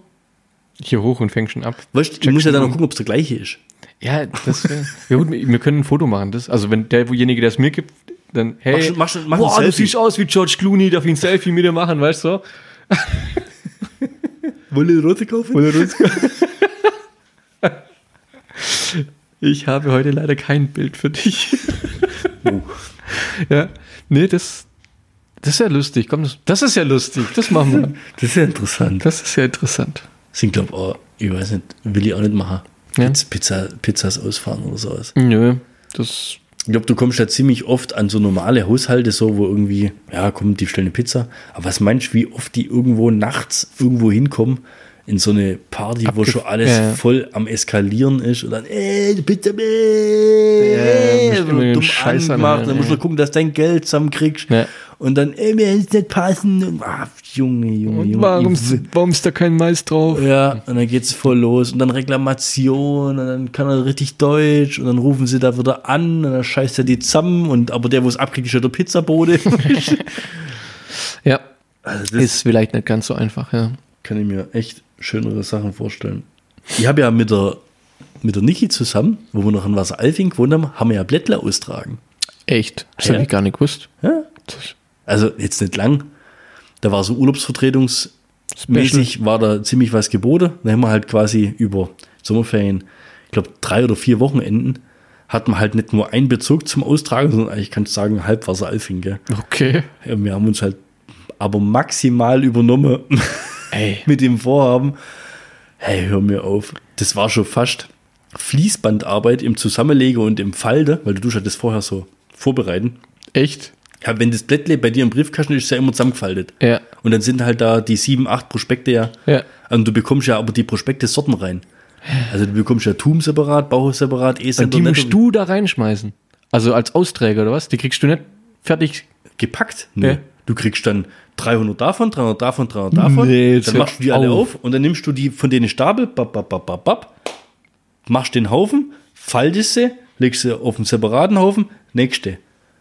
[SPEAKER 2] Hier hoch und fäng schon ab.
[SPEAKER 1] Weißt du, ich
[SPEAKER 2] Check
[SPEAKER 1] muss ja
[SPEAKER 2] schon
[SPEAKER 1] dann noch
[SPEAKER 2] um.
[SPEAKER 1] gucken, ob es der gleiche ist.
[SPEAKER 2] Ja, das wär, ja, gut, wir können ein Foto machen. Das, also wenn derjenige, der es mir gibt, dann hey,
[SPEAKER 1] Mach schon- mach schon- mach ein
[SPEAKER 2] boah, du
[SPEAKER 1] Selfie.
[SPEAKER 2] siehst aus wie George Clooney, darf ich ein Selfie mit dir machen, weißt du?
[SPEAKER 1] Wollen wir rote kaufen?
[SPEAKER 2] [laughs] Ich habe heute leider kein Bild für dich. Ja, nee, das, das ist ja lustig. Komm, das, das ist ja lustig. Das machen wir.
[SPEAKER 1] Das ist ja interessant.
[SPEAKER 2] Das ist ja interessant.
[SPEAKER 1] Sind, glaube ich, auch- ich weiß nicht, will ich auch nicht machen.
[SPEAKER 2] Ja.
[SPEAKER 1] Pizz- Pizza, Pizzas ausfahren oder sowas.
[SPEAKER 2] Nö, das
[SPEAKER 1] Ich glaube, du kommst ja ziemlich oft an so normale Haushalte, so wo irgendwie, ja, komm, die stellen eine Pizza. Aber was meinst du, wie oft die irgendwo nachts irgendwo hinkommen in so eine Party, wo
[SPEAKER 2] Abge-
[SPEAKER 1] schon alles
[SPEAKER 2] Ja, ja.
[SPEAKER 1] voll am Eskalieren ist und dann, ey, die Pizza, ey,
[SPEAKER 2] Ja, ja,
[SPEAKER 1] ja,
[SPEAKER 2] musst immer den
[SPEAKER 1] dumm
[SPEAKER 2] Scheiß
[SPEAKER 1] angemacht,
[SPEAKER 2] anhören,
[SPEAKER 1] dann musst
[SPEAKER 2] ja.
[SPEAKER 1] du gucken, dass du dein Geld zusammenkriegst.
[SPEAKER 2] Ja.
[SPEAKER 1] Und dann, ey, mir ist nicht passen. Und, ah, Junge, Junge,
[SPEAKER 2] Und
[SPEAKER 1] Junge.
[SPEAKER 2] warum,
[SPEAKER 1] ich-
[SPEAKER 2] warum ist da kein Mais drauf?
[SPEAKER 1] ja, und dann geht's voll los und dann Reklamation und dann kann er richtig Deutsch und dann rufen sie da wieder an und dann scheißt er die zusammen und aber der, wo es abkriegt, ist ja der Pizzabote. [laughs]
[SPEAKER 2] Ja,
[SPEAKER 1] also das
[SPEAKER 2] ist vielleicht nicht ganz so einfach, ja.
[SPEAKER 1] kann ich mir echt schönere Sachen vorstellen. Ich habe ja mit der, mit der Niki zusammen, wo wir noch in Wasseralfing gewohnt haben, haben wir ja Blättler austragen.
[SPEAKER 2] Echt? Das
[SPEAKER 1] Ja.
[SPEAKER 2] habe ich gar nicht gewusst.
[SPEAKER 1] Ja?
[SPEAKER 2] Das-
[SPEAKER 1] Also jetzt nicht lang. Da war so urlaubsvertretungsmäßig, war da ziemlich was geboten. Da haben wir halt quasi über Sommerferien, ich glaube drei oder vier Wochenenden, hat man halt nicht nur einen Bezirk zum Austragen, sondern eigentlich kannst du sagen Halbwasser Alfing. Gell?
[SPEAKER 2] Okay.
[SPEAKER 1] Ja, wir haben uns halt aber maximal übernommen [laughs]
[SPEAKER 2] Ey.
[SPEAKER 1] mit dem Vorhaben. Hey, hör mir auf. Das war schon fast Fließbandarbeit im Zusammenlegen und im Falde, weil du tust halt das vorher so vorbereiten.
[SPEAKER 2] Echt?
[SPEAKER 1] Ja, wenn das Blättle bei dir im Briefkasten ist, ist ja immer zusammengefaltet.
[SPEAKER 2] Ja.
[SPEAKER 1] Und dann sind halt da die sieben, acht Prospekte ja.
[SPEAKER 2] Ja.
[SPEAKER 1] Und du bekommst ja aber die Prospekte Sorten rein. Also du bekommst ja Tum separat, Bauhaus separat, E-Center.
[SPEAKER 2] Und die
[SPEAKER 1] Netto-
[SPEAKER 2] musst du da reinschmeißen. Also als Austräger oder was? Die kriegst du nicht fertig.
[SPEAKER 1] Gepackt? Nö.
[SPEAKER 2] Ja.
[SPEAKER 1] Du kriegst dann 300 davon, 300 davon, 300 davon.
[SPEAKER 2] Nee, jetzt
[SPEAKER 1] dann
[SPEAKER 2] hör
[SPEAKER 1] machst du die alle
[SPEAKER 2] auf.
[SPEAKER 1] auf. und dann nimmst du die von denen Stapel, bap, bap, bap, bap, bap, machst den Haufen, faltest sie, legst sie auf einen separaten Haufen, nächste.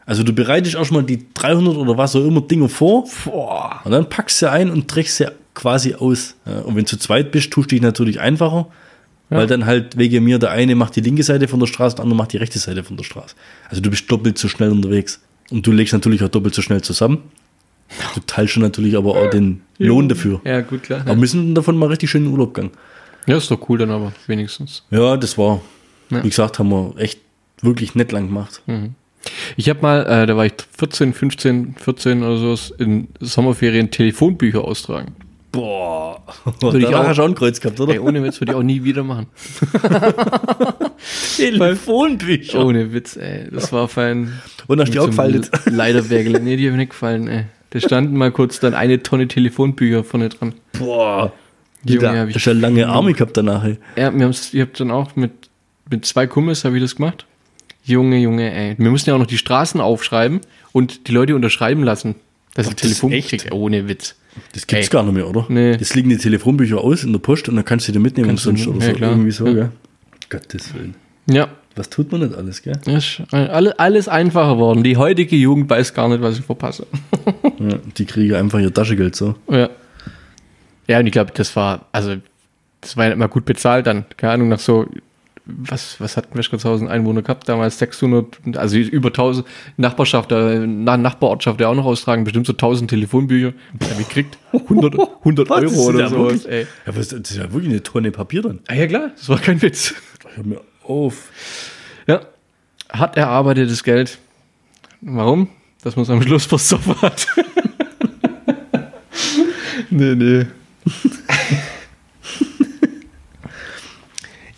[SPEAKER 1] Also du bereitest erstmal die 300 oder was auch immer Dinge vor.
[SPEAKER 2] Boah.
[SPEAKER 1] Und dann packst du ein und trägst sie quasi aus. Ja, Und wenn du zu zweit bist, tust du dich natürlich einfacher, weil dann halt wegen mir der eine macht die linke Seite von der Straße, der andere macht die rechte Seite von der Straße. Also du bist doppelt so schnell unterwegs. Und du legst natürlich auch doppelt so schnell zusammen. Du teilst schon natürlich aber auch den Lohn dafür.
[SPEAKER 2] Ja, gut, klar.
[SPEAKER 1] Aber wir sind davon mal richtig schön in den Urlaub gegangen.
[SPEAKER 2] Ja, ist doch cool dann aber, wenigstens.
[SPEAKER 1] Ja, das war,
[SPEAKER 2] Ja. Hm.
[SPEAKER 1] wie gesagt, haben wir echt wirklich nett lang gemacht.
[SPEAKER 2] Ich habe mal, äh, da war ich 14, 15, 14 oder so, in Sommerferien Telefonbücher austragen.
[SPEAKER 1] Boah, [laughs]
[SPEAKER 2] ich
[SPEAKER 1] danach
[SPEAKER 2] auch-
[SPEAKER 1] hast du auch ein Kreuz gehabt,
[SPEAKER 2] Ey,
[SPEAKER 1] oder?
[SPEAKER 2] ohne Witz würde ich auch nie wieder machen.
[SPEAKER 1] Telefonbücher.
[SPEAKER 2] [laughs] Ohne Witz, ey. Das war fein.
[SPEAKER 1] Und hast du die auch gefaltet?
[SPEAKER 2] Leider Wergel. Nee, die haben nicht gefallen, ey. Da standen mal kurz dann eine Tonne Telefonbücher vorne dran.
[SPEAKER 1] Boah.
[SPEAKER 2] Junge,
[SPEAKER 1] da
[SPEAKER 2] hab ich-
[SPEAKER 1] hast ja lange Arme gehabt danach. ey.
[SPEAKER 2] Ja, wir haben's, ich hab dann auch mit, mit zwei Kumpels habe ich das gemacht. Junge, Junge, ey. Wir mussten ja auch noch die Straßen aufschreiben und die Leute unterschreiben lassen. Dass ich
[SPEAKER 1] das ist
[SPEAKER 2] Telefon
[SPEAKER 1] echt?
[SPEAKER 2] krieg, ohne Witz.
[SPEAKER 1] Das gibt's
[SPEAKER 2] Ey.
[SPEAKER 1] gar nicht mehr, oder?
[SPEAKER 2] Nee.
[SPEAKER 1] Jetzt liegen die Telefonbücher aus in der Post und dann kannst du die mitnehmen
[SPEAKER 2] Kannst du
[SPEAKER 1] sonst
[SPEAKER 2] mitnehmen,
[SPEAKER 1] oder so.
[SPEAKER 2] ja, klar.
[SPEAKER 1] Irgendwie so,
[SPEAKER 2] Ja.
[SPEAKER 1] gell? Gottes Willen.
[SPEAKER 2] Ja.
[SPEAKER 1] Was tut man nicht alles, gell?
[SPEAKER 2] das ist alle- Alles einfacher worden. Die heutige Jugend weiß gar nicht, was ich verpasse.
[SPEAKER 1] Ja, die kriegen einfach ihr Taschengeld so.
[SPEAKER 2] Ja. Ja, und ich glaube, das war, also, das war ja immer gut bezahlt dann. Keine Ahnung, nach so, was, was hatten Weschkotzhausen Einwohner gehabt? Damals 600, also über 1000 Nachbarschaft, äh, Na- Nachbarortschaft, der auch noch austragen, bestimmt so 1000 Telefonbücher. Ja, wie kriegt 100, [laughs] 100
[SPEAKER 1] Was, das
[SPEAKER 2] Euro
[SPEAKER 1] sind
[SPEAKER 2] oder
[SPEAKER 1] ja
[SPEAKER 2] sowas,
[SPEAKER 1] wirklich-
[SPEAKER 2] ey.
[SPEAKER 1] Ja, was, das ist ja wirklich eine Tonne Papier dann.
[SPEAKER 2] Ah, ja, klar, das war kein Witz.
[SPEAKER 1] Hör mir auf.
[SPEAKER 2] Oh. Ja. Hat erarbeitetes Geld. Warum? Dass man es am Schluss versoffen hat. [laughs] nee, nee.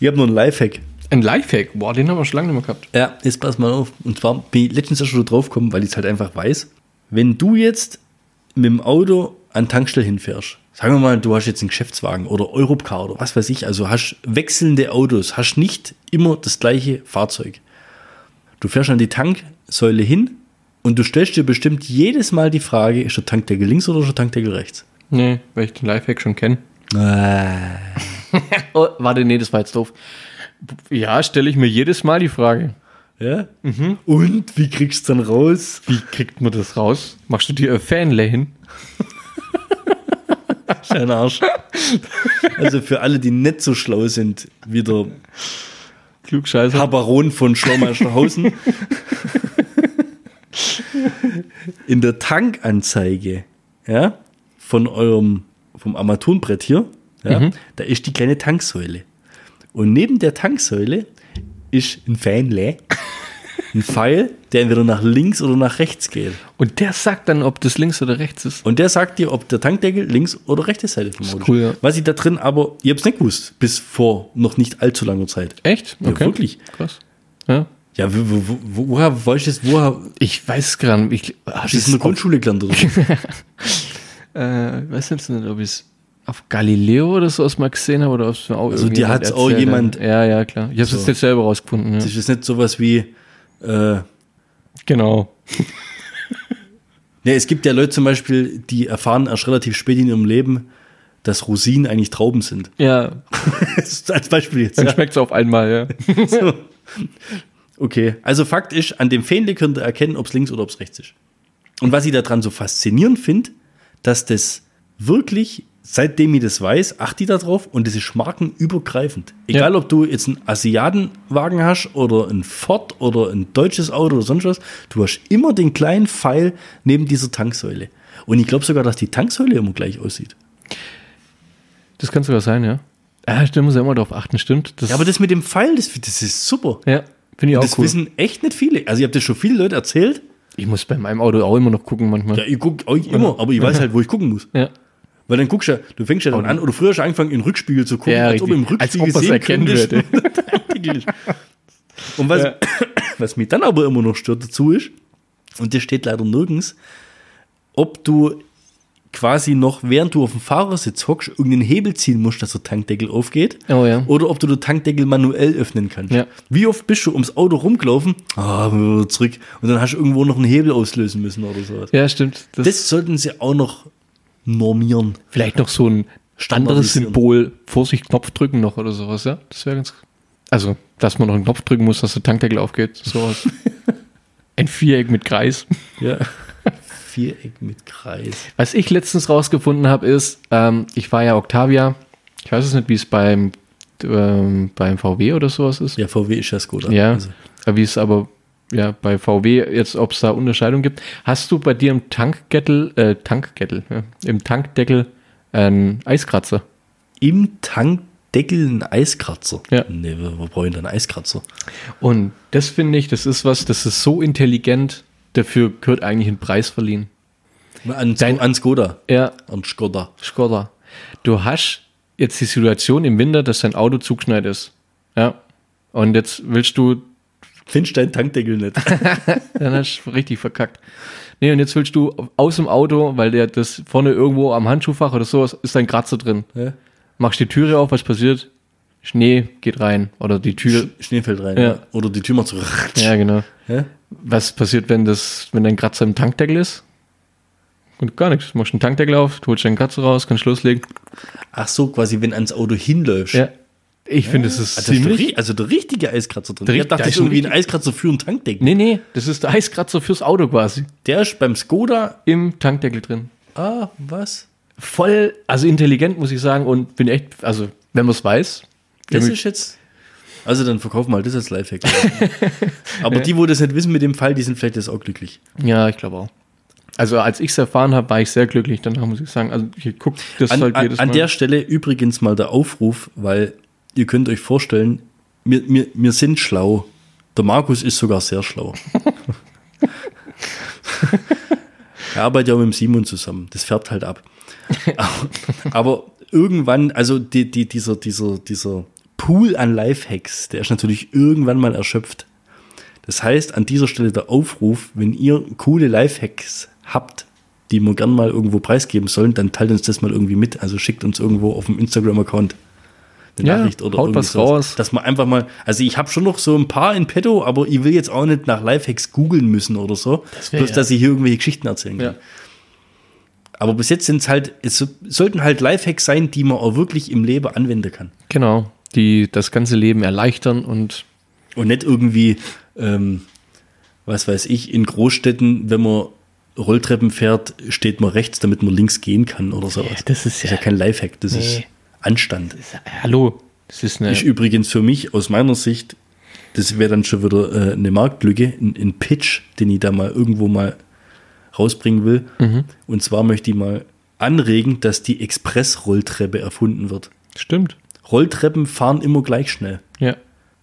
[SPEAKER 1] Ich habe noch einen Lifehack.
[SPEAKER 2] Ein Lifehack, boah, den haben wir schon lange nicht mehr gehabt.
[SPEAKER 1] Ja, jetzt pass mal auf. Und zwar bin ich letztens erst schon drauf gekommen, weil ich es halt einfach weiß. Wenn du jetzt mit dem Auto an Tankstelle hinfährst, sagen wir mal, du hast jetzt einen Geschäftswagen oder Europcar oder was weiß ich, also hast wechselnde Autos, hast nicht immer das gleiche Fahrzeug. Du fährst an die Tanksäule hin und du stellst dir bestimmt jedes Mal die Frage, ist der Tankdeckel links oder ist der Tankdeckel rechts?
[SPEAKER 2] Nee, weil ich den Lifehack schon kenne.
[SPEAKER 1] Äh,
[SPEAKER 2] Oh, warte, nee, das war jetzt doof. Ja, stelle ich mir jedes Mal die Frage.
[SPEAKER 1] Ja? Und wie kriegst du dann raus?
[SPEAKER 2] Wie kriegt man das raus? Machst du dir eine Fanle hin?
[SPEAKER 1] Dein Arsch. Also für alle, die nicht so schlau sind, wieder
[SPEAKER 2] Klugscheißer.
[SPEAKER 1] Habaron von Schlaumeisterhausen. In der Tankanzeige ja, von eurem vom Armaturenbrett hier, ja, da ist die kleine Tanksäule. Und neben der Tanksäule ist ein Fähnle, ein Pfeil, der entweder nach links oder nach rechts geht.
[SPEAKER 2] Und der sagt dann, ob das links oder rechts ist.
[SPEAKER 1] Und der sagt dir, ob der Tankdeckel links oder rechte Seite vom Auto
[SPEAKER 2] cool, ja.
[SPEAKER 1] Was ich da drin aber, ich hab's nicht gewusst, bis vor noch nicht allzu langer Zeit.
[SPEAKER 2] Echt?
[SPEAKER 1] Ja, wirklich.
[SPEAKER 2] Krass. Ja.
[SPEAKER 1] Ja, wo, wo, wo, woher weißt du das? Woher
[SPEAKER 2] Ich weiß gar nicht. Ich, ah,
[SPEAKER 1] hast du das in der Grundschule gelernt? Oder?
[SPEAKER 2] [laughs]
[SPEAKER 1] so?
[SPEAKER 2] äh, ich weiß jetzt nicht, ob ich es auf Galileo oder so aus mal gesehen habe oder ob es mir auch
[SPEAKER 1] Also, dir
[SPEAKER 2] irgendjemand
[SPEAKER 1] hat's auch
[SPEAKER 2] erzählt hat.
[SPEAKER 1] jemand-
[SPEAKER 2] Ja, ja, klar. Ich habe es
[SPEAKER 1] So.
[SPEAKER 2] jetzt nicht selber rausgefunden. Ja.
[SPEAKER 1] das ist nicht sowas wie. Äh,
[SPEAKER 2] Genau.
[SPEAKER 1] ne, es gibt ja Leute zum Beispiel, die erfahren erst relativ spät in ihrem Leben, dass Rosinen eigentlich Trauben sind. [laughs]
[SPEAKER 2] Ja,
[SPEAKER 1] Als Beispiel jetzt.
[SPEAKER 2] [laughs] dann
[SPEAKER 1] Ja.
[SPEAKER 2] schmeckt es auf einmal,
[SPEAKER 1] [laughs]
[SPEAKER 2] ja.
[SPEAKER 1] So. Okay, also Fakt ist, an dem Fähnle könnt ihr erkennen, ob es links oder ob es rechts ist. Und was ich daran so faszinierend finde, dass das wirklich, seitdem ich das weiß, achte ich darauf und das ist markenübergreifend. Egal, ob du jetzt einen Asiatenwagen hast oder einen Ford oder ein deutsches Auto oder sonst was, du hast immer den kleinen Pfeil neben dieser Tanksäule. Und ich glaube sogar, dass die Tanksäule immer gleich aussieht.
[SPEAKER 2] [laughs] Das kann sogar sein, ja. Ja, stimmt, muss ja immer darauf achten, stimmt. Das,
[SPEAKER 1] Ja, aber das mit dem Pfeil, das, das ist super.
[SPEAKER 2] ja, finde ich auch
[SPEAKER 1] das
[SPEAKER 2] cool.
[SPEAKER 1] wissen echt nicht viele. Also ich habe das schon viele Leute erzählt.
[SPEAKER 2] ich muss bei meinem Auto auch immer noch gucken manchmal.
[SPEAKER 1] Ja, ich gucke auch
[SPEAKER 2] Genau.
[SPEAKER 1] immer, aber ich weiß halt, wo ich gucken muss.
[SPEAKER 2] Ja.
[SPEAKER 1] Weil dann guckst du ja, du fängst ja dann an, oder früher hast du angefangen, in den Rückspiegel zu gucken,
[SPEAKER 2] Ja,
[SPEAKER 1] als ob
[SPEAKER 2] richtig.
[SPEAKER 1] im Rückspiegel
[SPEAKER 2] Als ob man's erkennen
[SPEAKER 1] könntest,
[SPEAKER 2] würde.
[SPEAKER 1] wo [laughs] der Artikel ist. Und was,
[SPEAKER 2] Ja.
[SPEAKER 1] [coughs] was mich dann aber immer noch stört dazu ist, und das steht leider nirgends, ob du quasi noch, während du auf dem Fahrersitz hockst, irgendeinen Hebel ziehen musst, dass der Tankdeckel aufgeht.
[SPEAKER 2] Oh ja.
[SPEAKER 1] Oder ob du den Tankdeckel manuell öffnen kannst.
[SPEAKER 2] Ja.
[SPEAKER 1] Wie oft bist du ums Auto rumgelaufen, ah, zurück, und dann hast du irgendwo noch einen Hebel auslösen müssen oder sowas.
[SPEAKER 2] ja, stimmt. Das,
[SPEAKER 1] Das sollten sie auch noch normieren.
[SPEAKER 2] vielleicht noch so ein anderes
[SPEAKER 1] Standardisieren.
[SPEAKER 2] Symbol, Vorsicht, Knopf drücken noch oder sowas, ja. Das wäre ganz. Also, dass man noch einen Knopf drücken muss, dass der Tankdeckel aufgeht,
[SPEAKER 1] [laughs]
[SPEAKER 2] sowas. ein Viereck mit Kreis.
[SPEAKER 1] Ja. Viereck mit Kreis.
[SPEAKER 2] Was ich letztens rausgefunden habe, ist, ähm, ich war ja Octavia, ich weiß es nicht, wie es beim, ähm, beim VW oder sowas ist.
[SPEAKER 1] Ja, VW ist ja Skoda.
[SPEAKER 2] Ja, Äh,
[SPEAKER 1] Also,
[SPEAKER 2] wie es aber ja, bei VW jetzt, ob es da Unterscheidung gibt. Hast du bei dir im Tankgettel, äh, Tankgettel, ja, im Tankdeckel einen Eiskratzer?
[SPEAKER 1] Im Tankdeckel ein Eiskratzer.
[SPEAKER 2] Ja.
[SPEAKER 1] Nee, wir, wir brauchen dann Eiskratzer.
[SPEAKER 2] Und das finde ich, das ist was, das ist so intelligent, dafür gehört eigentlich ein Preis verliehen.
[SPEAKER 1] An,
[SPEAKER 2] Dein-
[SPEAKER 1] an Skoda.
[SPEAKER 2] Ja,
[SPEAKER 1] An Skoda.
[SPEAKER 2] Skoda. Du hast jetzt die Situation im Winter, dass dein Auto zugeschneit ist. Ja. Und jetzt willst du
[SPEAKER 1] Findest deinen Tankdeckel
[SPEAKER 2] [laughs]
[SPEAKER 1] nicht.
[SPEAKER 2] Dann hast du [laughs] richtig verkackt. Nee, und jetzt willst du aus dem Auto, weil der das vorne irgendwo am Handschuhfach oder sowas ist ein Kratzer drin.
[SPEAKER 1] Ja.
[SPEAKER 2] Machst die Türe auf, was passiert? Schnee geht rein. Oder die [laughs] Tür.
[SPEAKER 1] Sch- Schnee fällt rein.
[SPEAKER 2] Ja.
[SPEAKER 1] ja. Oder die Tür macht so.
[SPEAKER 2] Ja, genau.
[SPEAKER 1] Ja.
[SPEAKER 2] Was passiert, wenn das, wenn dein Kratzer im Tankdeckel ist? Und gar nichts. Du machst einen Tankdeckel auf, du holst deinen Kratzer raus, kannst loslegen.
[SPEAKER 1] Ach so, quasi, wenn ans Auto hinläufst.
[SPEAKER 2] Ja. Ich finde, es ist
[SPEAKER 1] Also, da ist der,
[SPEAKER 2] ziemlich.
[SPEAKER 1] ri- also der richtige Eiskratzer drin.
[SPEAKER 2] Der
[SPEAKER 1] ich
[SPEAKER 2] richt- da
[SPEAKER 1] dachte, das
[SPEAKER 2] ist
[SPEAKER 1] ist
[SPEAKER 2] ein
[SPEAKER 1] irgendwie ein Eiskratzer für einen Tankdeckel.
[SPEAKER 2] Nee, nee, das ist der Eiskratzer fürs Auto quasi.
[SPEAKER 1] Der ist beim Skoda.
[SPEAKER 2] Im Tankdeckel drin.
[SPEAKER 1] Ah, was?
[SPEAKER 2] voll, also intelligent, muss ich sagen, und bin echt, also wenn man es weiß,
[SPEAKER 1] Das
[SPEAKER 2] bin
[SPEAKER 1] ist
[SPEAKER 2] ich-
[SPEAKER 1] jetzt. Also dann verkaufen wir halt das als
[SPEAKER 2] [laughs]
[SPEAKER 1] Lifehack. Aber die, wo das nicht wissen mit dem Fall, die sind vielleicht jetzt auch glücklich.
[SPEAKER 2] ja, ich glaube auch. Also als ich es erfahren habe, war ich sehr glücklich. Danach muss ich sagen, also ich gucke das
[SPEAKER 1] An,
[SPEAKER 2] halt
[SPEAKER 1] an,
[SPEAKER 2] jedes Mal.
[SPEAKER 1] an der Stelle übrigens mal der Aufruf, weil ihr könnt euch vorstellen, wir, wir, wir sind schlau. Der Markus ist sogar sehr
[SPEAKER 2] [laughs]
[SPEAKER 1] schlau. er arbeitet ja auch mit dem Simon zusammen. Das färbt halt
[SPEAKER 2] [laughs]
[SPEAKER 1] ab. Aber, aber irgendwann, also die, die, dieser, dieser, dieser Pool an Lifehacks, der ist natürlich irgendwann mal erschöpft. Das heißt, an dieser Stelle der Aufruf, wenn ihr coole Lifehacks habt, die wir gern mal irgendwo preisgeben sollen, dann teilt uns das mal irgendwie mit. Also schickt uns irgendwo auf dem Instagram-Account eine
[SPEAKER 2] Ja,
[SPEAKER 1] Nachricht oder
[SPEAKER 2] haut
[SPEAKER 1] irgendwie
[SPEAKER 2] was
[SPEAKER 1] sowas.
[SPEAKER 2] raus.
[SPEAKER 1] Dass man einfach mal, also ich habe schon noch so ein paar in petto, aber ich will jetzt auch nicht nach Lifehacks googeln müssen oder so.
[SPEAKER 2] wär
[SPEAKER 1] Bloß,
[SPEAKER 2] ja-
[SPEAKER 1] dass ich hier irgendwelche Geschichten erzählen kann.
[SPEAKER 2] ja.
[SPEAKER 1] Aber bis jetzt sind es halt, es sollten halt Lifehacks sein, die man auch wirklich im Leben anwenden kann.
[SPEAKER 2] Genau. die das ganze Leben erleichtern und
[SPEAKER 1] Und nicht irgendwie, ähm, was weiß ich, in Großstädten, wenn man Rolltreppen fährt, steht man rechts, damit man links gehen kann oder sowas.
[SPEAKER 2] das ist
[SPEAKER 1] Das ist ja kein Lifehack, das ist
[SPEAKER 2] Nee.
[SPEAKER 1] Anstand.
[SPEAKER 2] hallo, das ist eine
[SPEAKER 1] Ich übrigens für mich, aus meiner Sicht, das wäre dann schon wieder äh, eine Marktlücke, ein, ein Pitch, den ich da mal irgendwo mal rausbringen will.
[SPEAKER 2] Mhm.
[SPEAKER 1] Und zwar möchte ich mal anregen, dass die Express-Rolltreppe erfunden wird.
[SPEAKER 2] stimmt.
[SPEAKER 1] Rolltreppen fahren immer gleich schnell.
[SPEAKER 2] Ja.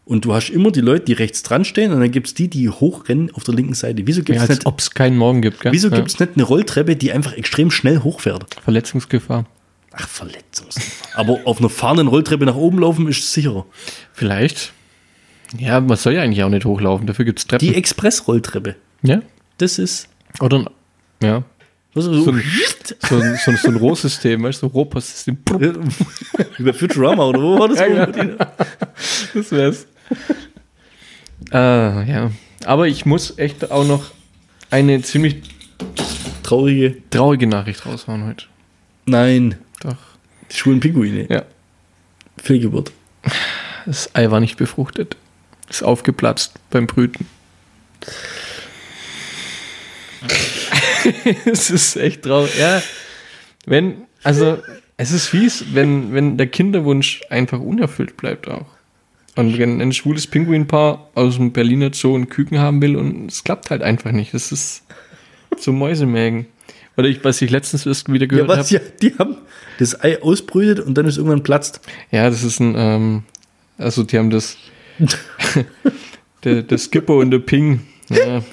[SPEAKER 1] Und du hast immer die Leute, die rechts dran stehen, und dann gibt es die, die hochrennen auf der linken Seite. Wieso gibt
[SPEAKER 2] ja
[SPEAKER 1] es
[SPEAKER 2] als
[SPEAKER 1] nicht,
[SPEAKER 2] ob es keinen Morgen gibt, gell?
[SPEAKER 1] wieso
[SPEAKER 2] ja.
[SPEAKER 1] gibt's nicht eine Rolltreppe, die einfach extrem schnell hochfährt?
[SPEAKER 2] Verletzungsgefahr?
[SPEAKER 1] Ach,
[SPEAKER 2] [laughs]
[SPEAKER 1] Verletzungs. Aber auf einer fahrenden Rolltreppe nach oben laufen ist sicherer.
[SPEAKER 2] Vielleicht. Ja, man soll ja eigentlich auch nicht hochlaufen, dafür gibt es Treppen.
[SPEAKER 1] Die Express-Rolltreppe,
[SPEAKER 2] ja?
[SPEAKER 1] das ist.
[SPEAKER 2] Oder ein, ja.
[SPEAKER 1] Was so, [laughs]
[SPEAKER 2] ein- So ein, so ein, so ein Rohrsystem, weißt du, so ein Rohpostsystem.
[SPEAKER 1] über Futurama oder wo war das?
[SPEAKER 2] Ja, genau. ja. Das wär's. äh, ja. Aber ich muss echt auch noch eine ziemlich
[SPEAKER 1] Traurige.
[SPEAKER 2] traurige Nachricht raushauen heute.
[SPEAKER 1] Nein,
[SPEAKER 2] Doch.
[SPEAKER 1] die schwulen Pinguine.
[SPEAKER 2] Ja.
[SPEAKER 1] Fehlgeburt.
[SPEAKER 2] Das Ei war nicht befruchtet. Ist aufgeplatzt beim Brüten. [laughs] es ist echt traurig. Ja. Wenn, also, es ist fies, wenn, wenn der Kinderwunsch einfach unerfüllt bleibt auch. Und wenn ein schwules Pinguinpaar aus dem Berliner Zoo ein Küken haben will und es klappt halt einfach nicht. Das ist so Mäusemägen. Oder ich, was ich letztens erst wieder
[SPEAKER 1] Ja,
[SPEAKER 2] gehört habe.
[SPEAKER 1] was? Ja, die haben das Ei ausbrütet und dann ist irgendwann platzt.
[SPEAKER 2] Ja, das ist ein, ähm, also die haben das, der, der Skipper und der Ping. Ja.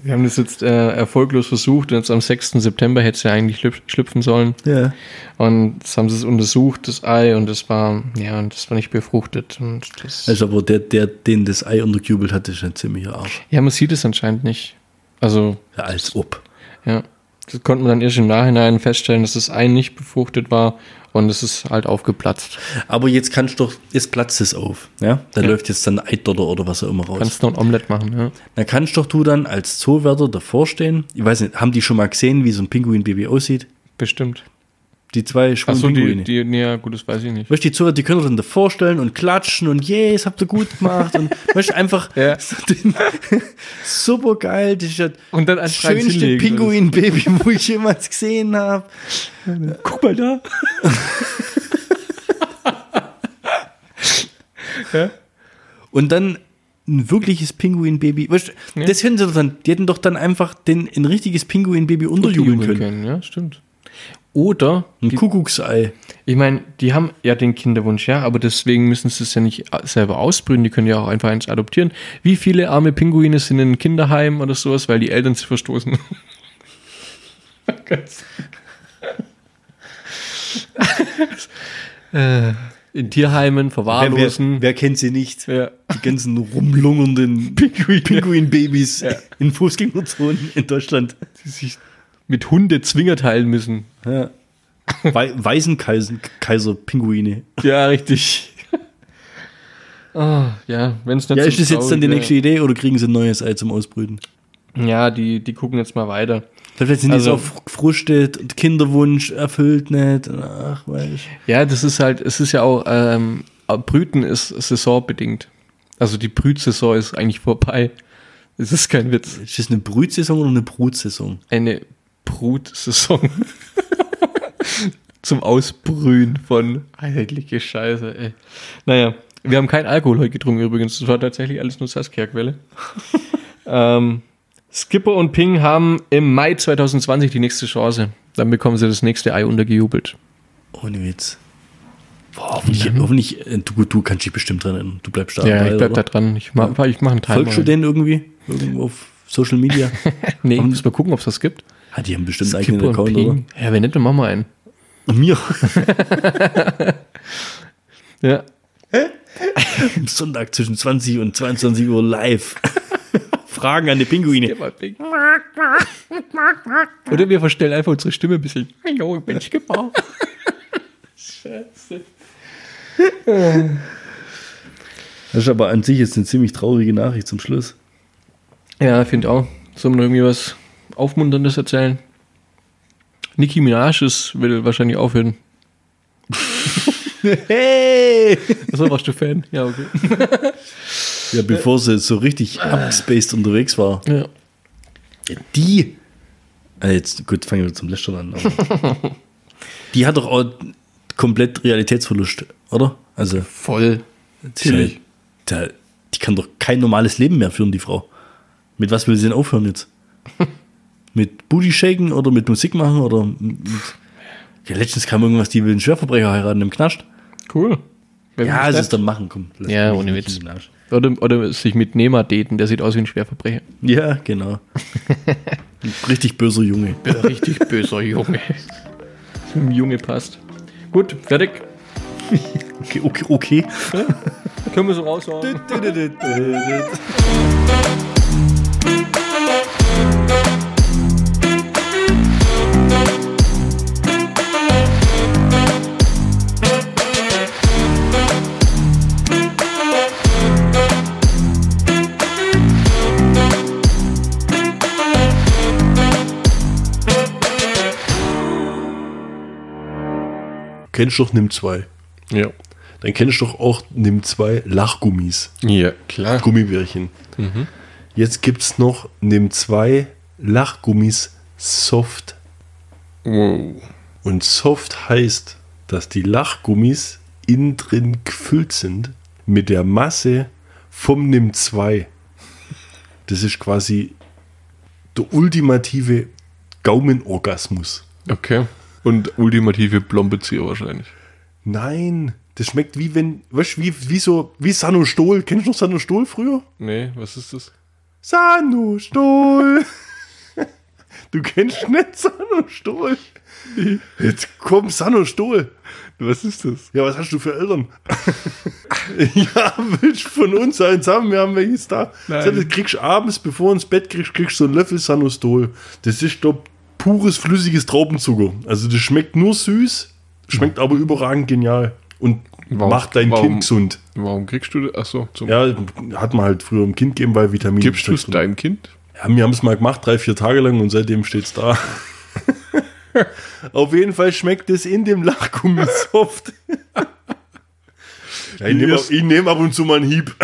[SPEAKER 2] Wir haben das jetzt äh, erfolglos versucht und jetzt am 6. September hätte es ja eigentlich schlüpf- schlüpfen sollen.
[SPEAKER 1] Ja.
[SPEAKER 2] Und jetzt haben sie es untersucht, das Ei, und das war, ja, und das war nicht befruchtet. Und das,
[SPEAKER 1] Also, aber der, der den das Ei untergejubelt hat, ist ein ziemlicher Arsch.
[SPEAKER 2] ja, man sieht es anscheinend nicht. Also,
[SPEAKER 1] Ja, als ob.
[SPEAKER 2] ja. Das konnte man dann erst im Nachhinein feststellen, dass das Ei nicht befruchtet war und es ist halt aufgeplatzt.
[SPEAKER 1] Aber jetzt kannst du doch, jetzt platzt es auf. Ja? Da
[SPEAKER 2] Ja.
[SPEAKER 1] läuft jetzt dann Eidotter oder was auch immer raus.
[SPEAKER 2] Kannst noch ein Omelett machen, ja.
[SPEAKER 1] dann kannst doch du dann als Zoowärter davor stehen. Ich weiß nicht, haben die schon mal gesehen, wie so ein Pinguinbaby aussieht?
[SPEAKER 2] Bestimmt.
[SPEAKER 1] Die zwei schwulen
[SPEAKER 2] Achso, die,
[SPEAKER 1] Pinguine.
[SPEAKER 2] die, nee, ja, gut, das weiß ich nicht.
[SPEAKER 1] Weißt du, die Zuhörer, die können dann davor stellen und klatschen und yeah, es habt ihr gut gemacht und weißt du, einfach
[SPEAKER 2] [laughs] Ja.
[SPEAKER 1] so den, [laughs] super geil, das ist ja
[SPEAKER 2] Und dann
[SPEAKER 1] das
[SPEAKER 2] eins rein
[SPEAKER 1] schönste
[SPEAKER 2] hinlegen,
[SPEAKER 1] Pinguin-Baby, wo ich jemals gesehen habe.
[SPEAKER 2] Guck mal
[SPEAKER 1] [laughs]
[SPEAKER 2] da.
[SPEAKER 1] Und dann ein wirkliches Pinguin-Baby, weißt du,
[SPEAKER 2] Ja.
[SPEAKER 1] das hätten sie doch dann, die hätten doch dann einfach den, ein richtiges Pinguin-Baby unterjubeln können.
[SPEAKER 2] Ja, stimmt. Oder,
[SPEAKER 1] Ein Kuckucksei.
[SPEAKER 2] ich meine, die haben ja den Kinderwunsch, ja, aber deswegen müssen sie es ja nicht selber ausbrühen, die können ja auch einfach eins adoptieren. Wie viele arme Pinguine sind in einem Kinderheim oder sowas, weil die Eltern sie verstoßen? Ganz- Äh, in Tierheimen,
[SPEAKER 1] Wer, wer,
[SPEAKER 2] verwahrlosen.
[SPEAKER 1] wer kennt sie nicht?
[SPEAKER 2] Ja.
[SPEAKER 1] Die ganzen
[SPEAKER 2] [laughs]
[SPEAKER 1] rumlungernden Pinguin-Babys in Fußgängerzonen in Deutschland.
[SPEAKER 2] die sich mit Hunde Zwinger teilen müssen.
[SPEAKER 1] Ja. Wei Waisenkaiser-Pinguine.
[SPEAKER 2] Ja, richtig. Ah, ja, wenn es nicht
[SPEAKER 1] Ja,
[SPEAKER 2] so
[SPEAKER 1] ist das jetzt dann die
[SPEAKER 2] traurig
[SPEAKER 1] nächste Idee oder kriegen sie ein neues Ei zum Ausbrüten?
[SPEAKER 2] wäre. Ja, die, die gucken jetzt mal weiter.
[SPEAKER 1] Vielleicht sind
[SPEAKER 2] Also-
[SPEAKER 1] die so fruchtet und Kinderwunsch erfüllt nicht. und Ach, weiß ich.
[SPEAKER 2] Ja, das ist halt, es ist ja auch, ähm, Brüten ist saisonbedingt. Also die Brütsaison ist eigentlich vorbei. Es ist kein Witz.
[SPEAKER 1] Ist das eine Brütsaison oder eine Brutsaison?
[SPEAKER 2] Eine Brutsaison. [laughs] Zum Ausbrühen von heilige Scheiße, ey. Naja, wir haben keinen Alkohol heute getrunken übrigens. Das war tatsächlich alles nur [laughs] Saskia-Quelle. ähm, Skipper und Ping haben im Mai 2020 die nächste Chance. Dann bekommen sie das nächste Ei untergejubelt.
[SPEAKER 1] Ohne Witz. Boah, hoffentlich, hoffentlich äh, du, du kannst dich bestimmt dran erinnern. Du bleibst da.
[SPEAKER 2] Mhm. ja, ich bleib da
[SPEAKER 1] oder?
[SPEAKER 2] dran. Ich mach, ich mach einen Timer.
[SPEAKER 1] Folgst du denen irgendwie? Irgendwo auf Social
[SPEAKER 2] [laughs]
[SPEAKER 1] Media?
[SPEAKER 2] Nee, ich muss mal gucken, ob es das gibt.
[SPEAKER 1] ah, die haben bestimmt einen eigenen Account, oder?
[SPEAKER 2] Ja, wenn nicht, dann machen wir einen.
[SPEAKER 1] Und mir [laughs]
[SPEAKER 2] Ja.
[SPEAKER 1] am Sonntag zwischen 20 und 22 Uhr
[SPEAKER 2] [laughs]
[SPEAKER 1] live. Fragen an die Pinguine.
[SPEAKER 2] Oder wir verstellen einfach unsere Stimme ein bisschen. Hallo, ich bin Skipper.
[SPEAKER 1] Das ist aber an sich jetzt eine ziemlich traurige Nachricht zum Schluss.
[SPEAKER 2] Ja, finde auch. Sollen wir irgendwie was Aufmunterndes erzählen? Nicki Minaj ist, will wahrscheinlich aufhören.
[SPEAKER 1] Hey!
[SPEAKER 2] So warst du Fan. Ja, okay.
[SPEAKER 1] Ja, bevor sie so
[SPEAKER 2] Äh.
[SPEAKER 1] richtig abgespaced unterwegs war.
[SPEAKER 2] Ja.
[SPEAKER 1] Die. Ah, jetzt, gut, fangen wir zum Lästern an. aber- [laughs] die hat doch auch komplett Realitätsverlust, oder? Also,
[SPEAKER 2] Voll.
[SPEAKER 1] die, da- die kann doch kein normales Leben mehr führen, die Frau. Mit was will sie denn aufhören
[SPEAKER 2] [laughs]
[SPEAKER 1] jetzt? mit Booty shaken oder mit Musik machen oder. mit- Ja, letztens kam irgendwas, die will einen Schwerverbrecher heiraten im Knast.
[SPEAKER 2] Cool.
[SPEAKER 1] Ja, es ist dann machen, komm. lass
[SPEAKER 2] Ja,
[SPEAKER 1] mich
[SPEAKER 2] ohne
[SPEAKER 1] nicht
[SPEAKER 2] Witz.
[SPEAKER 1] im Arsch.
[SPEAKER 2] Oder, oder sich mit Nema daten, der sieht aus wie ein Schwerverbrecher.
[SPEAKER 1] Ja,
[SPEAKER 2] [laughs]
[SPEAKER 1] genau. Ein richtig böser Junge.
[SPEAKER 2] Richtig böser Junge. Zum Junge passt. Gut, fertig.
[SPEAKER 1] Okay, okay, okay.
[SPEAKER 2] Können wir so raushauen.
[SPEAKER 4] Kennst du doch Nimm 2.
[SPEAKER 2] Ja.
[SPEAKER 4] Dann kennst du doch auch Nimm 2 Lachgummis.
[SPEAKER 2] Ja, Mhm. klar.
[SPEAKER 4] Gummibärchen. Jetzt gibt es noch Nimm 2 Lachgummis Soft.
[SPEAKER 2] Wow.
[SPEAKER 4] Und Soft heißt, dass die Lachgummis innen drin gefüllt sind mit der Masse vom Nimm 2. Das ist quasi der ultimative Gaumenorgasmus.
[SPEAKER 5] Okay. Und ultimative Blombezieher wahrscheinlich.
[SPEAKER 4] Nein, das schmeckt wie wenn, weißt du, wie, wie so, wie Sano Stohl. Kennst du noch Sano Stohl früher?
[SPEAKER 5] Nee, was ist das?
[SPEAKER 4] Sano Stohl. [laughs] Du kennst nicht Sano Stohl. Jetzt komm, Sano Stohl.
[SPEAKER 5] Was ist das?
[SPEAKER 4] Ja, was hast du für Eltern? [laughs] ja, willst du von uns eins haben? Wir haben welches da.
[SPEAKER 5] Nein.
[SPEAKER 4] Das kriegst du abends, bevor du ins Bett kriegst, kriegst du einen Löffel Sanostol. Das ist doch pures, flüssiges Traubenzucker. Also das schmeckt nur süß, schmeckt aber überragend genial und
[SPEAKER 5] Warum-
[SPEAKER 4] macht dein
[SPEAKER 5] warum-
[SPEAKER 4] Kind gesund.
[SPEAKER 5] Warum kriegst du das? Achso, zum
[SPEAKER 4] Ja, hat man halt früher im Kind gegeben, weil Vitamine.
[SPEAKER 5] gibst du es
[SPEAKER 4] drin-
[SPEAKER 5] deinem Kind?
[SPEAKER 4] ja, wir haben es mal gemacht, drei, vier Tage lang und seitdem steht
[SPEAKER 5] [laughs]
[SPEAKER 4] es da. Auf jeden Fall schmeckt es in dem Lachgummi
[SPEAKER 5] [laughs]
[SPEAKER 4] soft. ja, ich nehme ab, ich nehm ab und zu mal einen Hieb.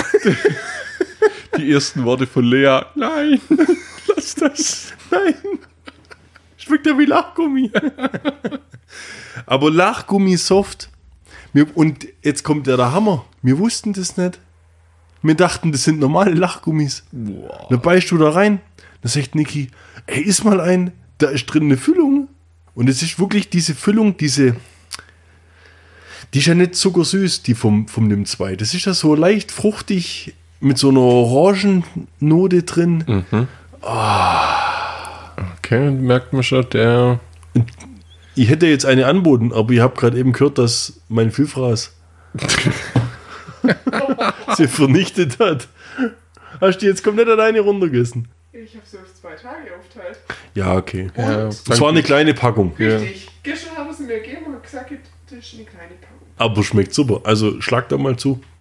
[SPEAKER 5] [laughs] Die ersten Worte von Lea. Nein, [laughs] lass das.
[SPEAKER 4] Nein. Schmeckt ja
[SPEAKER 5] [laughs]
[SPEAKER 4] wie Lachgummi. Aber Lachgummi soft. Wir, und jetzt kommt ja der Hammer. Wir wussten das nicht. Wir dachten, das sind normale Lachgummis. Da beißt du da rein. Da sagt Niki, ey, iss mal ein. Da ist drin eine Füllung. Und es ist wirklich diese Füllung, diese. Die ist ja nicht zuckersüß, die vom, vom Nimm 2. Das ist ja so leicht fruchtig mit so einer Orangennote drin.
[SPEAKER 5] Mhm.
[SPEAKER 4] Ah.
[SPEAKER 5] Okay, merkt man schon, der.
[SPEAKER 4] Ich hätte jetzt eine anboten, aber ich habe gerade eben gehört, dass mein Vielfraß sie vernichtet hat. Hast du jetzt komplett alleine runtergessen?
[SPEAKER 6] Ich habe sie auf zwei Tage aufteilt.
[SPEAKER 4] Ja, okay.
[SPEAKER 5] Ja,
[SPEAKER 4] Das war eine kleine Packung,
[SPEAKER 6] Richtig. Gestern haben sie mir gegeben und gesagt, das ist eine kleine Packung.
[SPEAKER 4] aber schmeckt super. Also schlag da mal zu.